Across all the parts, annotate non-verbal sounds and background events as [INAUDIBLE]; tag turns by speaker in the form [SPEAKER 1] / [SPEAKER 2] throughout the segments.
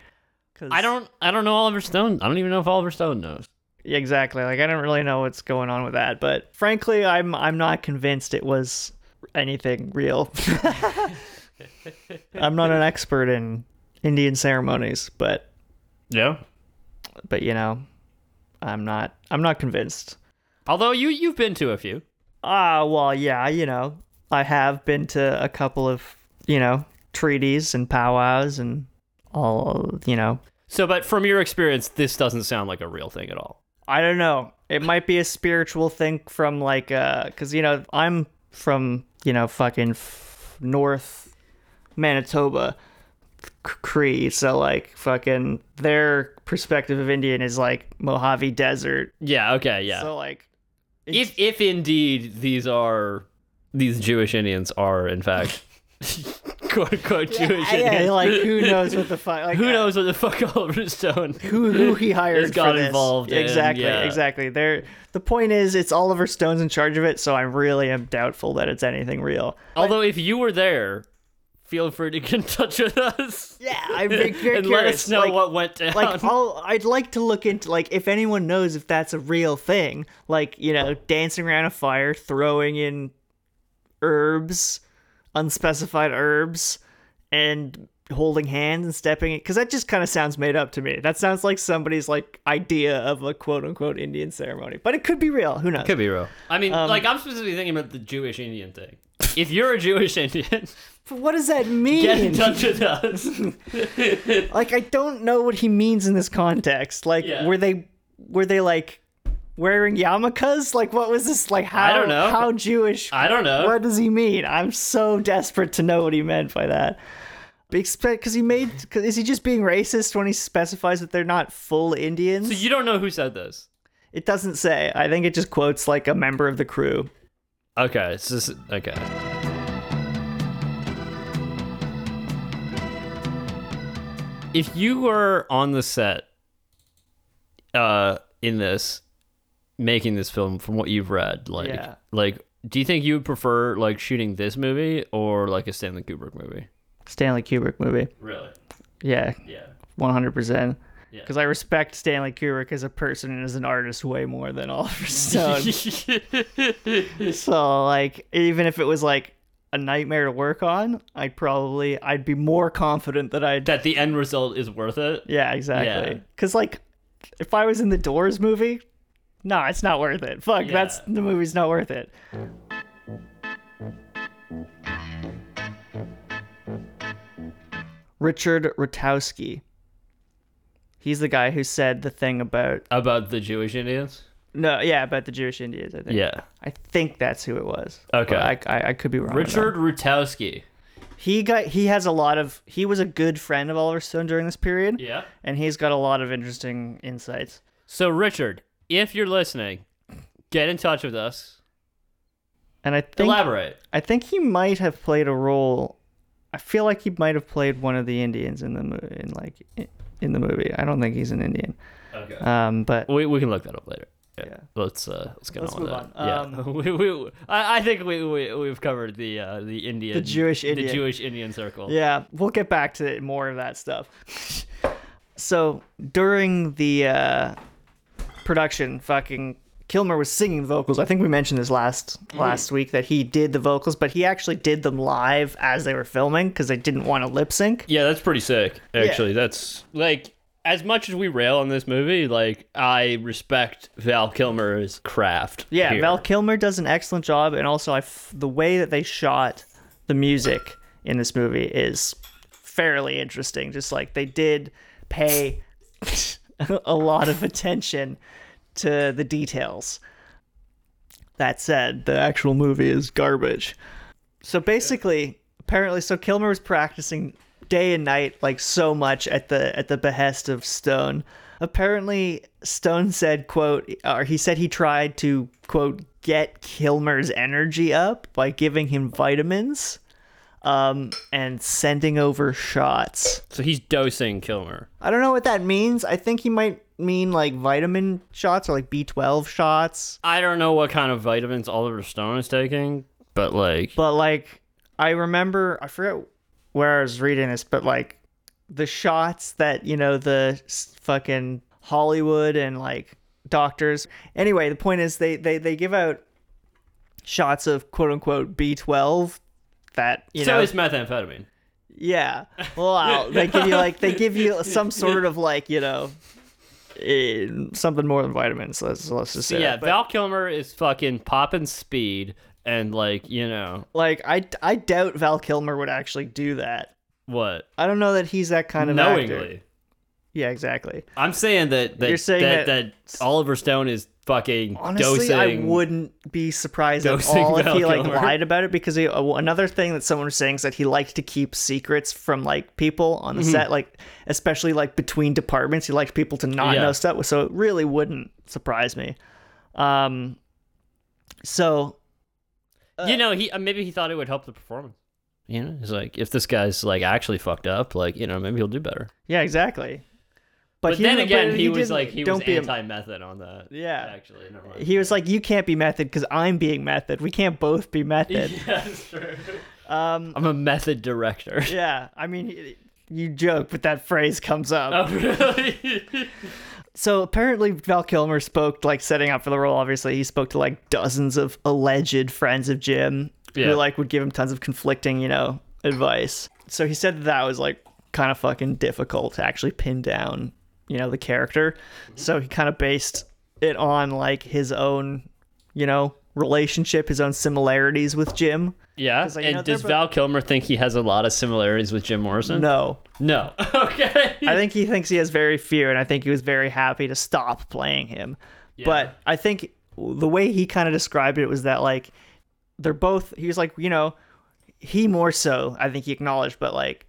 [SPEAKER 1] 'Cause-
[SPEAKER 2] I don't. I don't know Oliver Stone. I don't even know if Oliver Stone knows.
[SPEAKER 1] Yeah, Exactly. Like I don't really know what's going on with that, but frankly, I'm I'm not convinced it was anything real. I'm not an expert in Indian ceremonies, but
[SPEAKER 2] Yeah.
[SPEAKER 1] but you know, I'm not I'm not convinced.
[SPEAKER 2] Although you you've been to a few.
[SPEAKER 1] Ah, well, yeah, you know, I have been to a couple of, you know, treaties and powwows and all, you know,
[SPEAKER 2] So, but from your experience, this doesn't sound like a real thing at all.
[SPEAKER 1] I don't know. It might be a spiritual thing from like uh cuz you know, I'm from, you know, fucking f- north Manitoba C- Cree, so like fucking their perspective of Indian is like Mojave Desert.
[SPEAKER 2] Yeah. Okay. Yeah.
[SPEAKER 1] So like
[SPEAKER 2] if if indeed these are these Jewish Indians are in
[SPEAKER 1] [LAUGHS]
[SPEAKER 2] fact quote unquote Jewish
[SPEAKER 1] [LAUGHS] yeah, uh,
[SPEAKER 2] Indians, [LAUGHS]
[SPEAKER 1] like who knows what the fuck like uh,
[SPEAKER 2] who knows what the fuck [LAUGHS] Oliver Stone?
[SPEAKER 1] who,
[SPEAKER 2] [LAUGHS]
[SPEAKER 1] who he hired
[SPEAKER 2] Just got
[SPEAKER 1] for this.
[SPEAKER 2] involved in,
[SPEAKER 1] exactly
[SPEAKER 2] yeah.
[SPEAKER 1] exactly there the point is it's oliver stone's in charge of it so i really am doubtful that it's anything real
[SPEAKER 2] Although if you were there, feel free to [LAUGHS] get in touch with us.
[SPEAKER 1] yeah i'm very,
[SPEAKER 2] [LAUGHS]
[SPEAKER 1] very
[SPEAKER 2] and
[SPEAKER 1] curious
[SPEAKER 2] let us know
[SPEAKER 1] like,
[SPEAKER 2] what went down.
[SPEAKER 1] like I'll, i'd like to look into like if anyone knows if that's a real thing like you know dancing around a fire throwing in herbs unspecified herbs and holding hands and stepping because that just kind of sounds made up to me that sounds like somebody's like idea of a quote-unquote indian ceremony but it could be real who knows
[SPEAKER 2] Could be real. I mean,
[SPEAKER 1] Um,
[SPEAKER 2] like I'm specifically thinking about the Jewish Indian thing. If you're a Jewish Indian, [LAUGHS]
[SPEAKER 1] But what does that mean
[SPEAKER 2] get in touch with
[SPEAKER 1] [LAUGHS]
[SPEAKER 2] us.
[SPEAKER 1] like i don't know what he means in this context like
[SPEAKER 2] Yeah.
[SPEAKER 1] were they were they like wearing yarmulkes like what was this like how
[SPEAKER 2] I don't know.
[SPEAKER 1] how jewish
[SPEAKER 2] I don't know.
[SPEAKER 1] what does he mean i'm so desperate to know what he meant by that because he made cause is he just being racist when he specifies that they're not full indians
[SPEAKER 2] You don't know who said this.
[SPEAKER 1] It doesn't say. I think it just quotes like a member of the crew.
[SPEAKER 2] Okay, it's just okay. If you were on the set uh in this making this film from what you've read, like
[SPEAKER 1] Yeah.
[SPEAKER 2] like do you think you would prefer like shooting this movie or like a Stanley Kubrick movie?
[SPEAKER 1] Stanley Kubrick movie.
[SPEAKER 2] Really?
[SPEAKER 1] Yeah,
[SPEAKER 2] Yeah. [LAUGHS]
[SPEAKER 1] 100%.
[SPEAKER 2] Yeah.
[SPEAKER 1] Because I respect Stanley Kubrick as a person and as an artist way more
[SPEAKER 2] [LAUGHS]
[SPEAKER 1] than Oliver Stone. so like even if it was like a nightmare to work on i'd probably i'd be more confident that i'd
[SPEAKER 2] that the end result is worth it.
[SPEAKER 1] yeah exactly
[SPEAKER 2] Yeah.
[SPEAKER 1] because like if i was in the doors movie no it's not worth it fuck
[SPEAKER 2] Yeah.
[SPEAKER 1] that's the movie's not worth it richard rotowski he's the guy who said the thing about
[SPEAKER 2] About the Jewish Indians?
[SPEAKER 1] no yeah about the jewish indians i think
[SPEAKER 2] Yeah.
[SPEAKER 1] i think that's who it was
[SPEAKER 2] Okay.
[SPEAKER 1] But I, I, I could be wrong on that.
[SPEAKER 2] Richard Rutowski.
[SPEAKER 1] he got he has a lot of he was a good friend of Oliver Stone during this period.
[SPEAKER 2] Yeah.
[SPEAKER 1] And he's got a lot of interesting insights.
[SPEAKER 2] So, Richard, if you're listening, get in touch with us.
[SPEAKER 1] And I think
[SPEAKER 2] Elaborate.
[SPEAKER 1] I think he might have played a role I feel like he might have played one of the Indians in the movie in like i- in the movie. I don't think he's an Indian.
[SPEAKER 2] Okay.
[SPEAKER 1] Um but
[SPEAKER 2] we, we can look that up later. Yeah.
[SPEAKER 1] Yeah.
[SPEAKER 2] Let's uh let's get
[SPEAKER 1] Let's
[SPEAKER 2] on with
[SPEAKER 1] move
[SPEAKER 2] that.
[SPEAKER 1] on.
[SPEAKER 2] yeah.
[SPEAKER 1] Um,
[SPEAKER 2] [LAUGHS] we, we, I, I think we, we we've covered the uh the Indian
[SPEAKER 1] The Jewish
[SPEAKER 2] the
[SPEAKER 1] Indian.
[SPEAKER 2] Jewish Indian circle.
[SPEAKER 1] yeah, we'll get back to it, more of that stuff. [LAUGHS] so during the uh, production, fucking Kilmer was singing the vocals. I think we mentioned this last last week that he did the vocals, but he actually did them live as they were filming because they didn't want to lip sync.
[SPEAKER 2] Yeah, that's pretty sick. Actually, that's like as much as we rail on this movie, like I respect Val Kilmer's craft.
[SPEAKER 1] Yeah,
[SPEAKER 2] here.
[SPEAKER 1] Val Kilmer does an excellent job, and also I f- the way that they shot the music in this movie is fairly interesting. Just like they did pay [LAUGHS] a lot of attention to the details. That said, the actual movie is garbage. So basically, apparently, so Kilmer was practicing day and night like so much at the at the behest of Stone. Apparently, Stone said, "quote," or he said he tried to quote get Kilmer's energy up by giving him vitamins, um, and sending over shots.
[SPEAKER 2] So he's dosing Kilmer.
[SPEAKER 1] I don't know what that means. I think he might mean like vitamin shots or like B twelve shots.
[SPEAKER 2] I don't know what kind of vitamins Oliver Stone is taking, but like
[SPEAKER 1] But like I remember I forget where I was reading this, but like the shots that, you know, the s- fucking Hollywood and like doctors. Anyway, the point is they they they give out shots of quote unquote B12 that, you
[SPEAKER 2] so
[SPEAKER 1] know,
[SPEAKER 2] is methamphetamine.
[SPEAKER 1] yeah.
[SPEAKER 2] [LAUGHS]
[SPEAKER 1] Wow. they give you like they give you some sort of like, you know, eh, something more than vitamins. Let's let's just say
[SPEAKER 2] yeah,
[SPEAKER 1] that. But-
[SPEAKER 2] Val Kilmer is fucking popping speed and like, you know,
[SPEAKER 1] like I I doubt Val Kilmer would actually do that.
[SPEAKER 2] what?
[SPEAKER 1] I don't know that he's that kind of actor.
[SPEAKER 2] Knowingly.
[SPEAKER 1] Yeah, exactly.
[SPEAKER 2] I'm saying that that,
[SPEAKER 1] You're saying
[SPEAKER 2] that, that
[SPEAKER 1] that-
[SPEAKER 2] Oliver Stone is fucking
[SPEAKER 1] Honestly,
[SPEAKER 2] dosing.
[SPEAKER 1] I wouldn't be surprised at
[SPEAKER 2] dosing
[SPEAKER 1] all if
[SPEAKER 2] Val
[SPEAKER 1] he like
[SPEAKER 2] Kilmer.
[SPEAKER 1] lied about it because he, uh, another thing that someone was saying is that he liked to keep secrets from like people on
[SPEAKER 2] Mm-hmm.
[SPEAKER 1] the set, like especially like between departments. He liked people to not
[SPEAKER 2] Yeah.
[SPEAKER 1] know stuff, so it really wouldn't surprise me. Um, so
[SPEAKER 2] you know, he uh, maybe he thought it would help the performance. You know, it's like if this guy's like actually fucked up, like you know, maybe he'll do better.
[SPEAKER 1] yeah, exactly.
[SPEAKER 2] But, then
[SPEAKER 1] but
[SPEAKER 2] again, he, was
[SPEAKER 1] didn't-
[SPEAKER 2] like he was
[SPEAKER 1] don't be a-
[SPEAKER 2] anti-method on that.
[SPEAKER 1] Yeah.
[SPEAKER 2] actually, never mind.
[SPEAKER 1] he was like, "You can't be method because I'm being method. We can't both be
[SPEAKER 2] [LAUGHS]
[SPEAKER 1] method."
[SPEAKER 2] yeah, that's true. Um, I'm a method
[SPEAKER 1] [LAUGHS]
[SPEAKER 2] director.
[SPEAKER 1] yeah, I mean, you joke, but that phrase comes up.
[SPEAKER 2] Oh, really?
[SPEAKER 1] So apparently, Val Kilmer spoke like setting up for the role. Obviously, he spoke to like dozens of alleged friends of Jim
[SPEAKER 2] Yeah.
[SPEAKER 1] who like would give him tons of conflicting, you know, advice. So he said that, that was like kind of fucking difficult to actually pin down, you know, the character. So he kind of based it on like his own, you know, relationship, his own similarities with Jim.
[SPEAKER 2] [LAUGHS] yeah.
[SPEAKER 1] like, you
[SPEAKER 2] and
[SPEAKER 1] know, they're
[SPEAKER 2] does
[SPEAKER 1] both-
[SPEAKER 2] Val Kilmer think he has a lot of similarities with Jim Morrison?
[SPEAKER 1] No,
[SPEAKER 2] No. [LAUGHS] okay.
[SPEAKER 1] I think he thinks he has very few, and I think he was very happy to stop playing him. But I think the way he kind of described it was that like they're both. He was like, you know, he more so. I think he acknowledged, but like,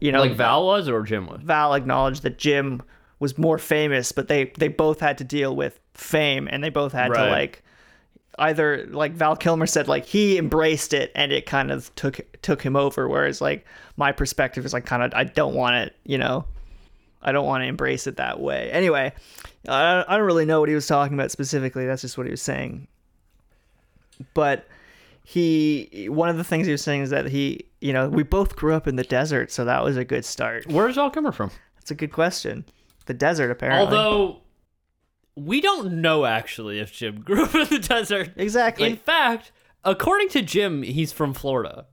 [SPEAKER 1] you know,
[SPEAKER 2] like Val was or Jim was.
[SPEAKER 1] Val acknowledged that Jim was more famous, but they they both had to deal with fame, and they both had
[SPEAKER 2] Right.
[SPEAKER 1] to like either like Val Kilmer said like he embraced it and it kind of took took him over whereas like my perspective is like kind of I don't want it you know I don't want to embrace it that way anyway I, I don't really know what he was talking about specifically that's just what he was saying but he one of the things he was saying is that he you know we both grew up in the desert so that was a good start
[SPEAKER 2] Where's it all coming from?
[SPEAKER 1] that's a good question the desert apparently
[SPEAKER 2] Although we don't know actually if Jim grew up in the desert.
[SPEAKER 1] exactly
[SPEAKER 2] In fact, according to Jim, he's from Florida,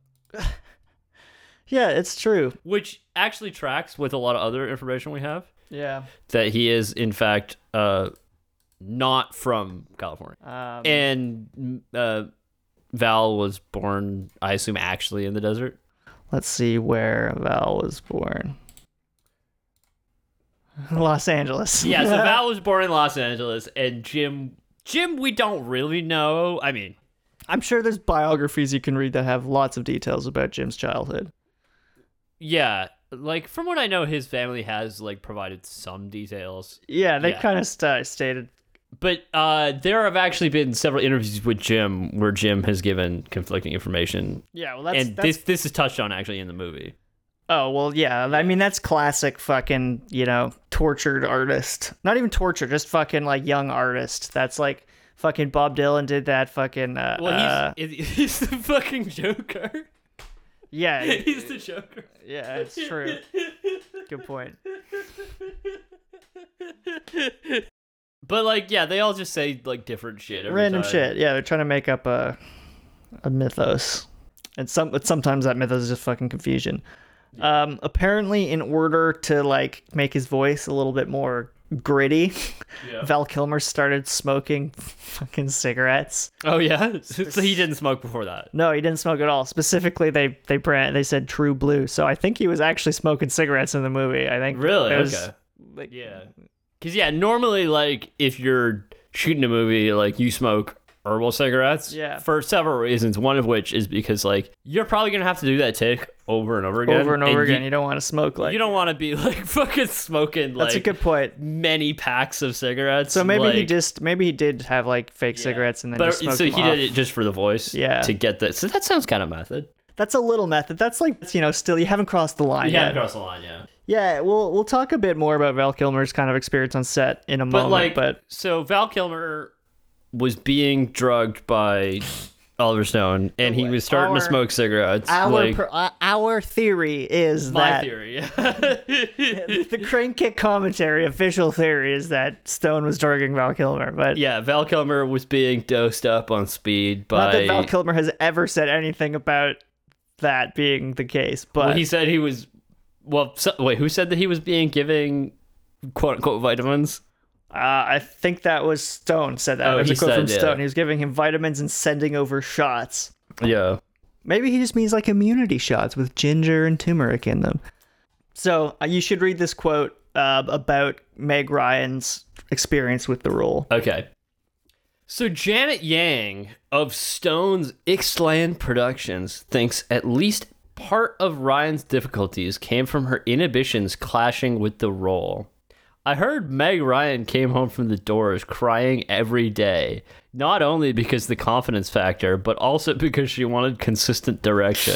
[SPEAKER 1] yeah it's true
[SPEAKER 2] which actually tracks with a lot of other information we have
[SPEAKER 1] yeah
[SPEAKER 2] that he is in fact uh not from California.
[SPEAKER 1] um,
[SPEAKER 2] and uh Val was born, I assume, actually in the desert.
[SPEAKER 1] Let's see where Val was born. [LAUGHS] Los Angeles.
[SPEAKER 2] Yeah, so Val was born in Los Angeles, and Jim, Jim, we don't really know. I mean,
[SPEAKER 1] [LAUGHS] I'm sure there's biographies you can read that have lots of details about Jim's childhood.
[SPEAKER 2] Yeah, like from what I know, his family has like provided some details,
[SPEAKER 1] Yeah, they
[SPEAKER 2] Yeah.
[SPEAKER 1] kind of st- stated.
[SPEAKER 2] but uh, there have actually been several interviews with Jim where Jim has given conflicting information,
[SPEAKER 1] Yeah, well, that's,
[SPEAKER 2] and this this is touched on actually in the movie.
[SPEAKER 1] Oh well, yeah. I mean, that's classic fucking you know tortured artist. Not even torture, just fucking like young artist. That's like fucking Bob Dylan did that. Fucking uh,
[SPEAKER 2] Well,
[SPEAKER 1] uh,
[SPEAKER 2] he's [LAUGHS] he's the fucking Joker. [LAUGHS]
[SPEAKER 1] yeah,
[SPEAKER 2] He's the Joker.
[SPEAKER 1] yeah. It's true. Good point.
[SPEAKER 2] But like, yeah, they all just say like different shit. every
[SPEAKER 1] random
[SPEAKER 2] time.
[SPEAKER 1] shit. Yeah, they're trying to make up a a mythos, and some but sometimes that mythos is just fucking confusion. Um, apparently, in order to like make his voice a little bit more gritty,
[SPEAKER 2] Yeah.
[SPEAKER 1] Val Kilmer started smoking [LAUGHS] fucking cigarettes.
[SPEAKER 2] Oh yeah, [LAUGHS] so he didn't smoke before that.
[SPEAKER 1] No, he didn't smoke at all. Specifically, they they brand they said True Blue, so I think he was actually smoking cigarettes in the movie. I think
[SPEAKER 2] Really?
[SPEAKER 1] it was-
[SPEAKER 2] okay.
[SPEAKER 1] like-
[SPEAKER 2] yeah. Because yeah, normally like if you're shooting a movie, like you smoke herbal cigarettes.
[SPEAKER 1] Yeah.
[SPEAKER 2] For several reasons, one of which is because like you're probably gonna have to do that take over and over again.
[SPEAKER 1] Over and
[SPEAKER 2] you-
[SPEAKER 1] over again, you, don't want to smoke like
[SPEAKER 2] You, don't want to be [LAUGHS] like fucking smoking like
[SPEAKER 1] That's a good point.
[SPEAKER 2] many packs of cigarettes.
[SPEAKER 1] So maybe he
[SPEAKER 2] like-
[SPEAKER 1] just maybe he did have like fake cigarettes and then
[SPEAKER 2] But
[SPEAKER 1] just smoked
[SPEAKER 2] so he
[SPEAKER 1] them off.
[SPEAKER 2] did it just for the voice.
[SPEAKER 1] Yeah.
[SPEAKER 2] To get that. So that sounds kind of method.
[SPEAKER 1] That's a little method. That's like you know, still you haven't crossed the line
[SPEAKER 2] Yeah,
[SPEAKER 1] yet.
[SPEAKER 2] across the line. Yeah.
[SPEAKER 1] Yeah, we'll we'll talk a bit more about Val Kilmer's kind of experience on set in a
[SPEAKER 2] But
[SPEAKER 1] moment.
[SPEAKER 2] like,
[SPEAKER 1] but
[SPEAKER 2] so Val Kilmer was being drugged by Oliver Stone, and he was starting to
[SPEAKER 1] Our-
[SPEAKER 2] smoke cigarettes.
[SPEAKER 1] our
[SPEAKER 2] like,
[SPEAKER 1] per- uh, our theory is
[SPEAKER 2] my
[SPEAKER 1] that
[SPEAKER 2] theory.
[SPEAKER 1] [LAUGHS]
[SPEAKER 2] [LAUGHS]
[SPEAKER 1] the crane kick commentary official theory is that Stone was drugging Val Kilmer, but
[SPEAKER 2] yeah, Val Kilmer was being dosed up on speed by.
[SPEAKER 1] not that Val Kilmer has ever said anything about that being the case. But
[SPEAKER 2] well, he said he was. Well, so, wait, who said that he was being giving quote unquote vitamins?
[SPEAKER 1] Uh, I think that was Stone said that.
[SPEAKER 2] Oh,
[SPEAKER 1] it was
[SPEAKER 2] he
[SPEAKER 1] a quote
[SPEAKER 2] said,
[SPEAKER 1] from
[SPEAKER 2] yeah.
[SPEAKER 1] Stone. He was giving him vitamins and sending over shots.
[SPEAKER 2] Yeah.
[SPEAKER 1] Maybe he just means like immunity shots with ginger and turmeric in them. So uh, you should read this quote uh, about Meg Ryan's experience with the role.
[SPEAKER 2] Okay. So Janet Yang of Stone's Ixland Productions thinks at least part of Ryan's difficulties came from her inhibitions clashing with the role. I heard Meg Ryan came home from the doors crying every day, not only because the confidence factor, but also [LAUGHS] because she wanted consistent direction.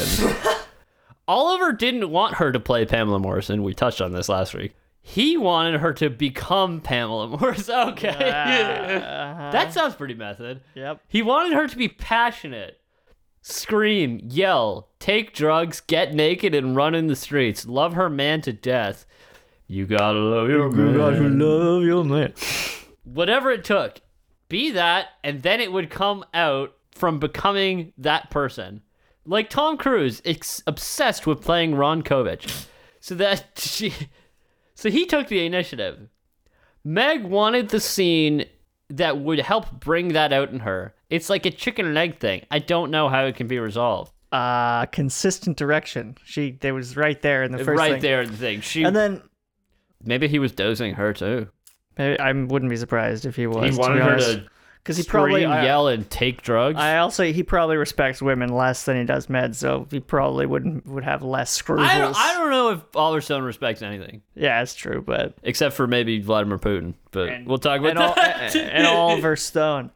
[SPEAKER 2] Oliver didn't want her to play Pamela Morrison. We touched on this last week. He wanted her to become Pamela Morrison. [LAUGHS] Okay. That sounds pretty method.
[SPEAKER 1] Yep.
[SPEAKER 2] He wanted her to be passionate, scream, yell, take drugs, get naked, and run in the streets, love her man to death. You gotta love your man.
[SPEAKER 1] love your man.
[SPEAKER 2] Whatever it took, be that, and then it would come out from becoming that person. Like Tom Cruise, ex- obsessed with playing Ron Kovich. So that [LAUGHS] she. So he took the initiative. Meg wanted the scene that would help bring that out in her. It's like a chicken and egg thing. I don't know how it can be resolved.
[SPEAKER 1] Uh, consistent direction. She, they was right there in the first
[SPEAKER 2] right
[SPEAKER 1] thing.
[SPEAKER 2] there in the thing. She
[SPEAKER 1] And then
[SPEAKER 2] maybe he was dozing her too.
[SPEAKER 1] maybe, I wouldn't be surprised if he was.
[SPEAKER 2] He wanted
[SPEAKER 1] to be
[SPEAKER 2] her
[SPEAKER 1] honest.
[SPEAKER 2] to
[SPEAKER 1] because he
[SPEAKER 2] Scream,
[SPEAKER 1] probably I-
[SPEAKER 2] yell, and take drugs.
[SPEAKER 1] I also he probably respects women less than he does men, so he probably wouldn't would have less scruples.
[SPEAKER 2] I don't, I don't know if Oliverstone respects anything
[SPEAKER 1] Yeah, it's true, but
[SPEAKER 2] except for maybe Vladimir Putin, but
[SPEAKER 1] And-
[SPEAKER 2] we'll talk about
[SPEAKER 1] and, all,
[SPEAKER 2] [LAUGHS] that.
[SPEAKER 1] and Oliver Stone.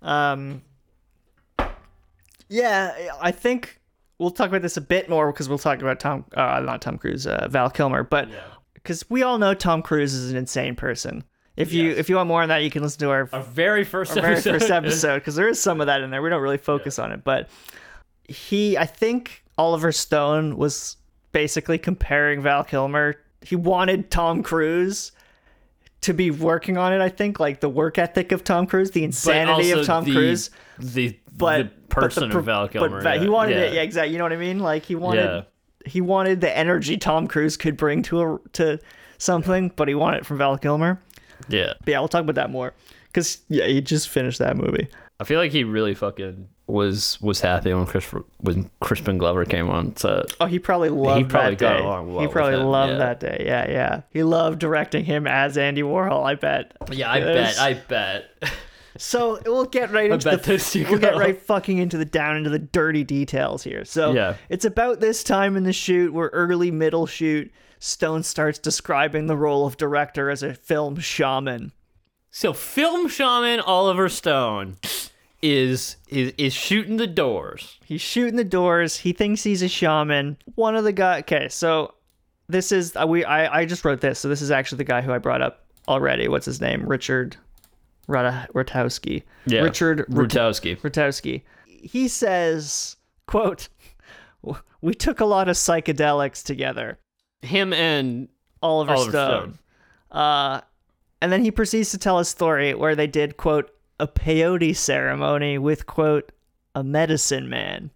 [SPEAKER 1] Um, yeah, I think we'll talk about this a bit more because we'll talk about Tom, uh, not Tom Cruise, uh, Val Kilmer, but because we all know Tom Cruise is an insane person. If you if you want more on that, you can listen to our
[SPEAKER 2] Our very first
[SPEAKER 1] [LAUGHS] our very
[SPEAKER 2] episode. [LAUGHS]
[SPEAKER 1] first episode because there is some of that in there. We don't really focus on it, but he, I think Oliver Stone was basically comparing Val Kilmer. He wanted Tom Cruise to be working on it. I think like the work ethic of Tom Cruise, the
[SPEAKER 2] but
[SPEAKER 1] insanity
[SPEAKER 2] also
[SPEAKER 1] of Tom
[SPEAKER 2] the,
[SPEAKER 1] Cruise,
[SPEAKER 2] the,
[SPEAKER 1] but
[SPEAKER 2] the
[SPEAKER 1] but the
[SPEAKER 2] person
[SPEAKER 1] pro-
[SPEAKER 2] of Val
[SPEAKER 1] but
[SPEAKER 2] Kilmer.
[SPEAKER 1] Va-
[SPEAKER 2] yeah.
[SPEAKER 1] he wanted
[SPEAKER 2] yeah.
[SPEAKER 1] it. Yeah, exactly. You know what I mean? Like he wanted
[SPEAKER 2] Yeah.
[SPEAKER 1] he wanted the energy Tom Cruise could bring to a, to something, but he wanted it from Val Kilmer.
[SPEAKER 2] yeah.
[SPEAKER 1] But yeah, we'll talk about that more because yeah, he just finished that movie.
[SPEAKER 2] I feel like he really fucking was was happy when Chris when Crispin Glover came on set.
[SPEAKER 1] Oh, he probably loved
[SPEAKER 2] probably
[SPEAKER 1] that
[SPEAKER 2] got
[SPEAKER 1] day.
[SPEAKER 2] along well
[SPEAKER 1] he
[SPEAKER 2] with
[SPEAKER 1] probably
[SPEAKER 2] him,
[SPEAKER 1] loved
[SPEAKER 2] yeah.
[SPEAKER 1] that day. Yeah, yeah. He loved directing him as Andy Warhol. I bet.
[SPEAKER 2] Yeah, I
[SPEAKER 1] Yes.
[SPEAKER 2] bet. I bet. [LAUGHS]
[SPEAKER 1] So we'll get right into
[SPEAKER 2] bet
[SPEAKER 1] the
[SPEAKER 2] this you
[SPEAKER 1] we'll get
[SPEAKER 2] go.
[SPEAKER 1] right fucking into the down into the dirty details here. So
[SPEAKER 2] Yeah.
[SPEAKER 1] it's about this time in the shoot, we're early middle shoot. Stone starts describing the role of director as a film shaman.
[SPEAKER 2] So film shaman Oliver Stone is is is shooting the doors.
[SPEAKER 1] He's shooting the doors. He thinks he's a shaman. One of the guy. Okay, so this is uh, we. I I just wrote this. So this is actually the guy who I brought up already. What's his name? Richard Rata- Ratowski. Richard Rut-
[SPEAKER 2] Rutowski.
[SPEAKER 1] Ratowski. He says, "quote We took a lot of psychedelics together,
[SPEAKER 2] Him and
[SPEAKER 1] Oliver,
[SPEAKER 2] Oliver Stone.
[SPEAKER 1] Stone." Uh, and then he proceeds to tell a story where they did quote a peyote ceremony with quote a medicine man.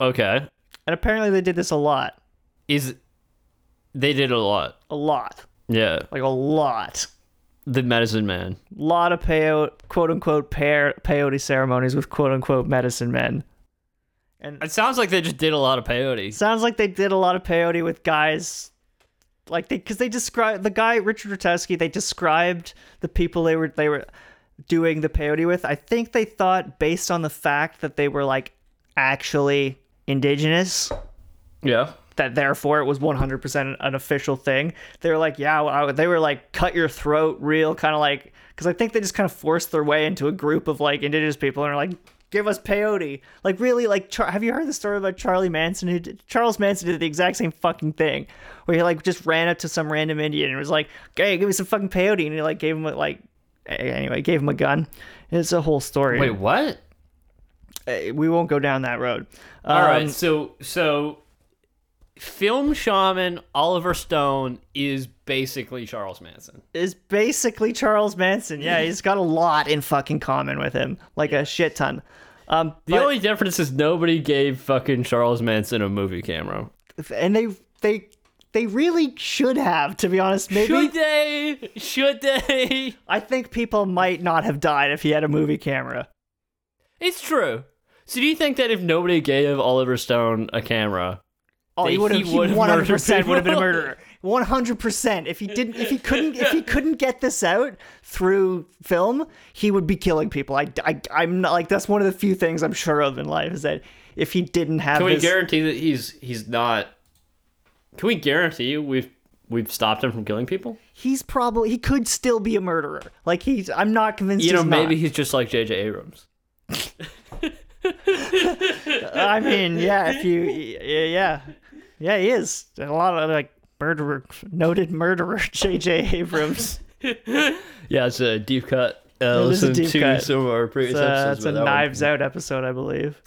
[SPEAKER 2] Okay.
[SPEAKER 1] And apparently they did this a lot.
[SPEAKER 2] Is they did a lot.
[SPEAKER 1] A lot.
[SPEAKER 2] Yeah.
[SPEAKER 1] Like a lot.
[SPEAKER 2] The medicine man.
[SPEAKER 1] lot of peyote quote unquote pear, peyote ceremonies with quote unquote medicine men. And it
[SPEAKER 2] It sounds like they just did a lot of peyote.
[SPEAKER 1] sounds like they did a lot of peyote with guys like they cuz they described the guy Richard Rutowski, they described the people they were they were doing the peyote with. I think they thought based on the fact that they were like actually indigenous
[SPEAKER 2] Yeah.
[SPEAKER 1] that therefore it was 100% an official thing. They were like, yeah, well, I, would- they were like, cut your throat, real kind of like, because I think they just kind of forced their way into a group of like indigenous people and are like, give us peyote. Like, really, like, Char- have you heard the story about Charlie Manson? Who did- Charles Manson did the exact same fucking thing where he like just ran up to some random Indian and was like, hey, give me some fucking peyote. And he like gave him like, a- anyway, gave him a gun. It's a whole story.
[SPEAKER 2] Wait, what?
[SPEAKER 1] Uh, we won't go down that road.
[SPEAKER 2] All right.
[SPEAKER 1] Um,
[SPEAKER 2] So so film shaman Oliver Stone is basically Charles Manson.
[SPEAKER 1] is basically Charles Manson. Yeah, he's got a lot in fucking common with him, like a shit ton. Um,
[SPEAKER 2] The only difference is nobody gave fucking Charles Manson a movie camera.
[SPEAKER 1] and they they they really should have, to be honest. Maybe
[SPEAKER 2] Should they? Should they?
[SPEAKER 1] I think people might not have died if he had a movie camera.
[SPEAKER 2] It's true. So do you think that if nobody gave Oliver Stone a camera,
[SPEAKER 1] Oh,
[SPEAKER 2] They-
[SPEAKER 1] he would have.
[SPEAKER 2] he would have
[SPEAKER 1] One hundred percent
[SPEAKER 2] murdered
[SPEAKER 1] would have been a
[SPEAKER 2] people.
[SPEAKER 1] murderer. One hundred percent. If he didn't, if he couldn't, if he
[SPEAKER 2] [LAUGHS]
[SPEAKER 1] couldn't get this out through film, he would be killing people. I, I, I'm not like that's one of the few things I'm sure of in life is that if he didn't have
[SPEAKER 2] can we
[SPEAKER 1] this,
[SPEAKER 2] guarantee that he's he's not? Can we guarantee you we've we've stopped him from killing people?
[SPEAKER 1] he's probably he could still be a murderer. Like he's I'm not convinced.
[SPEAKER 2] You know,
[SPEAKER 1] he's
[SPEAKER 2] maybe
[SPEAKER 1] not.
[SPEAKER 2] he's just like J.J. Abrams.
[SPEAKER 1] [LAUGHS] I mean, yeah,
[SPEAKER 2] [LAUGHS]
[SPEAKER 1] if you, yeah, yeah, yeah, he is a lot of like murderer, noted murderer [LAUGHS] J.J. Abrams.
[SPEAKER 2] Yeah, it's a deep cut. Uh,
[SPEAKER 1] It is a
[SPEAKER 2] listen
[SPEAKER 1] deep
[SPEAKER 2] to
[SPEAKER 1] cut.
[SPEAKER 2] some of our
[SPEAKER 1] It's
[SPEAKER 2] previous
[SPEAKER 1] a,
[SPEAKER 2] episodes.
[SPEAKER 1] it's Uh, a
[SPEAKER 2] but that one-
[SPEAKER 1] Knives Out episode, I believe.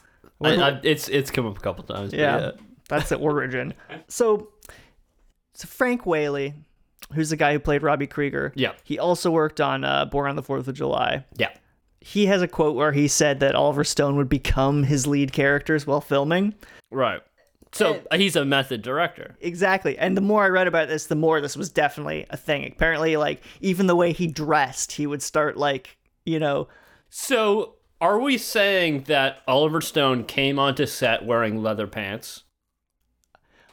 [SPEAKER 2] I- I- it's it's come up a couple times. but
[SPEAKER 1] yeah,
[SPEAKER 2] yeah.
[SPEAKER 1] that's the origin. So, so Frank Whaley, who's the guy who played Robbie Krieger.
[SPEAKER 2] Yeah.
[SPEAKER 1] he also worked on uh, Born on the Fourth of July.
[SPEAKER 2] Yeah.
[SPEAKER 1] He has a quote where he said that Oliver Stone would become his lead characters while filming.
[SPEAKER 2] Right. So uh, he's a method director.
[SPEAKER 1] Exactly. And the more I read about this, the more this was definitely a thing. Apparently, like, even the way he dressed, he would start, like, you know,
[SPEAKER 2] So are we saying that Oliver Stone came onto set wearing leather pants?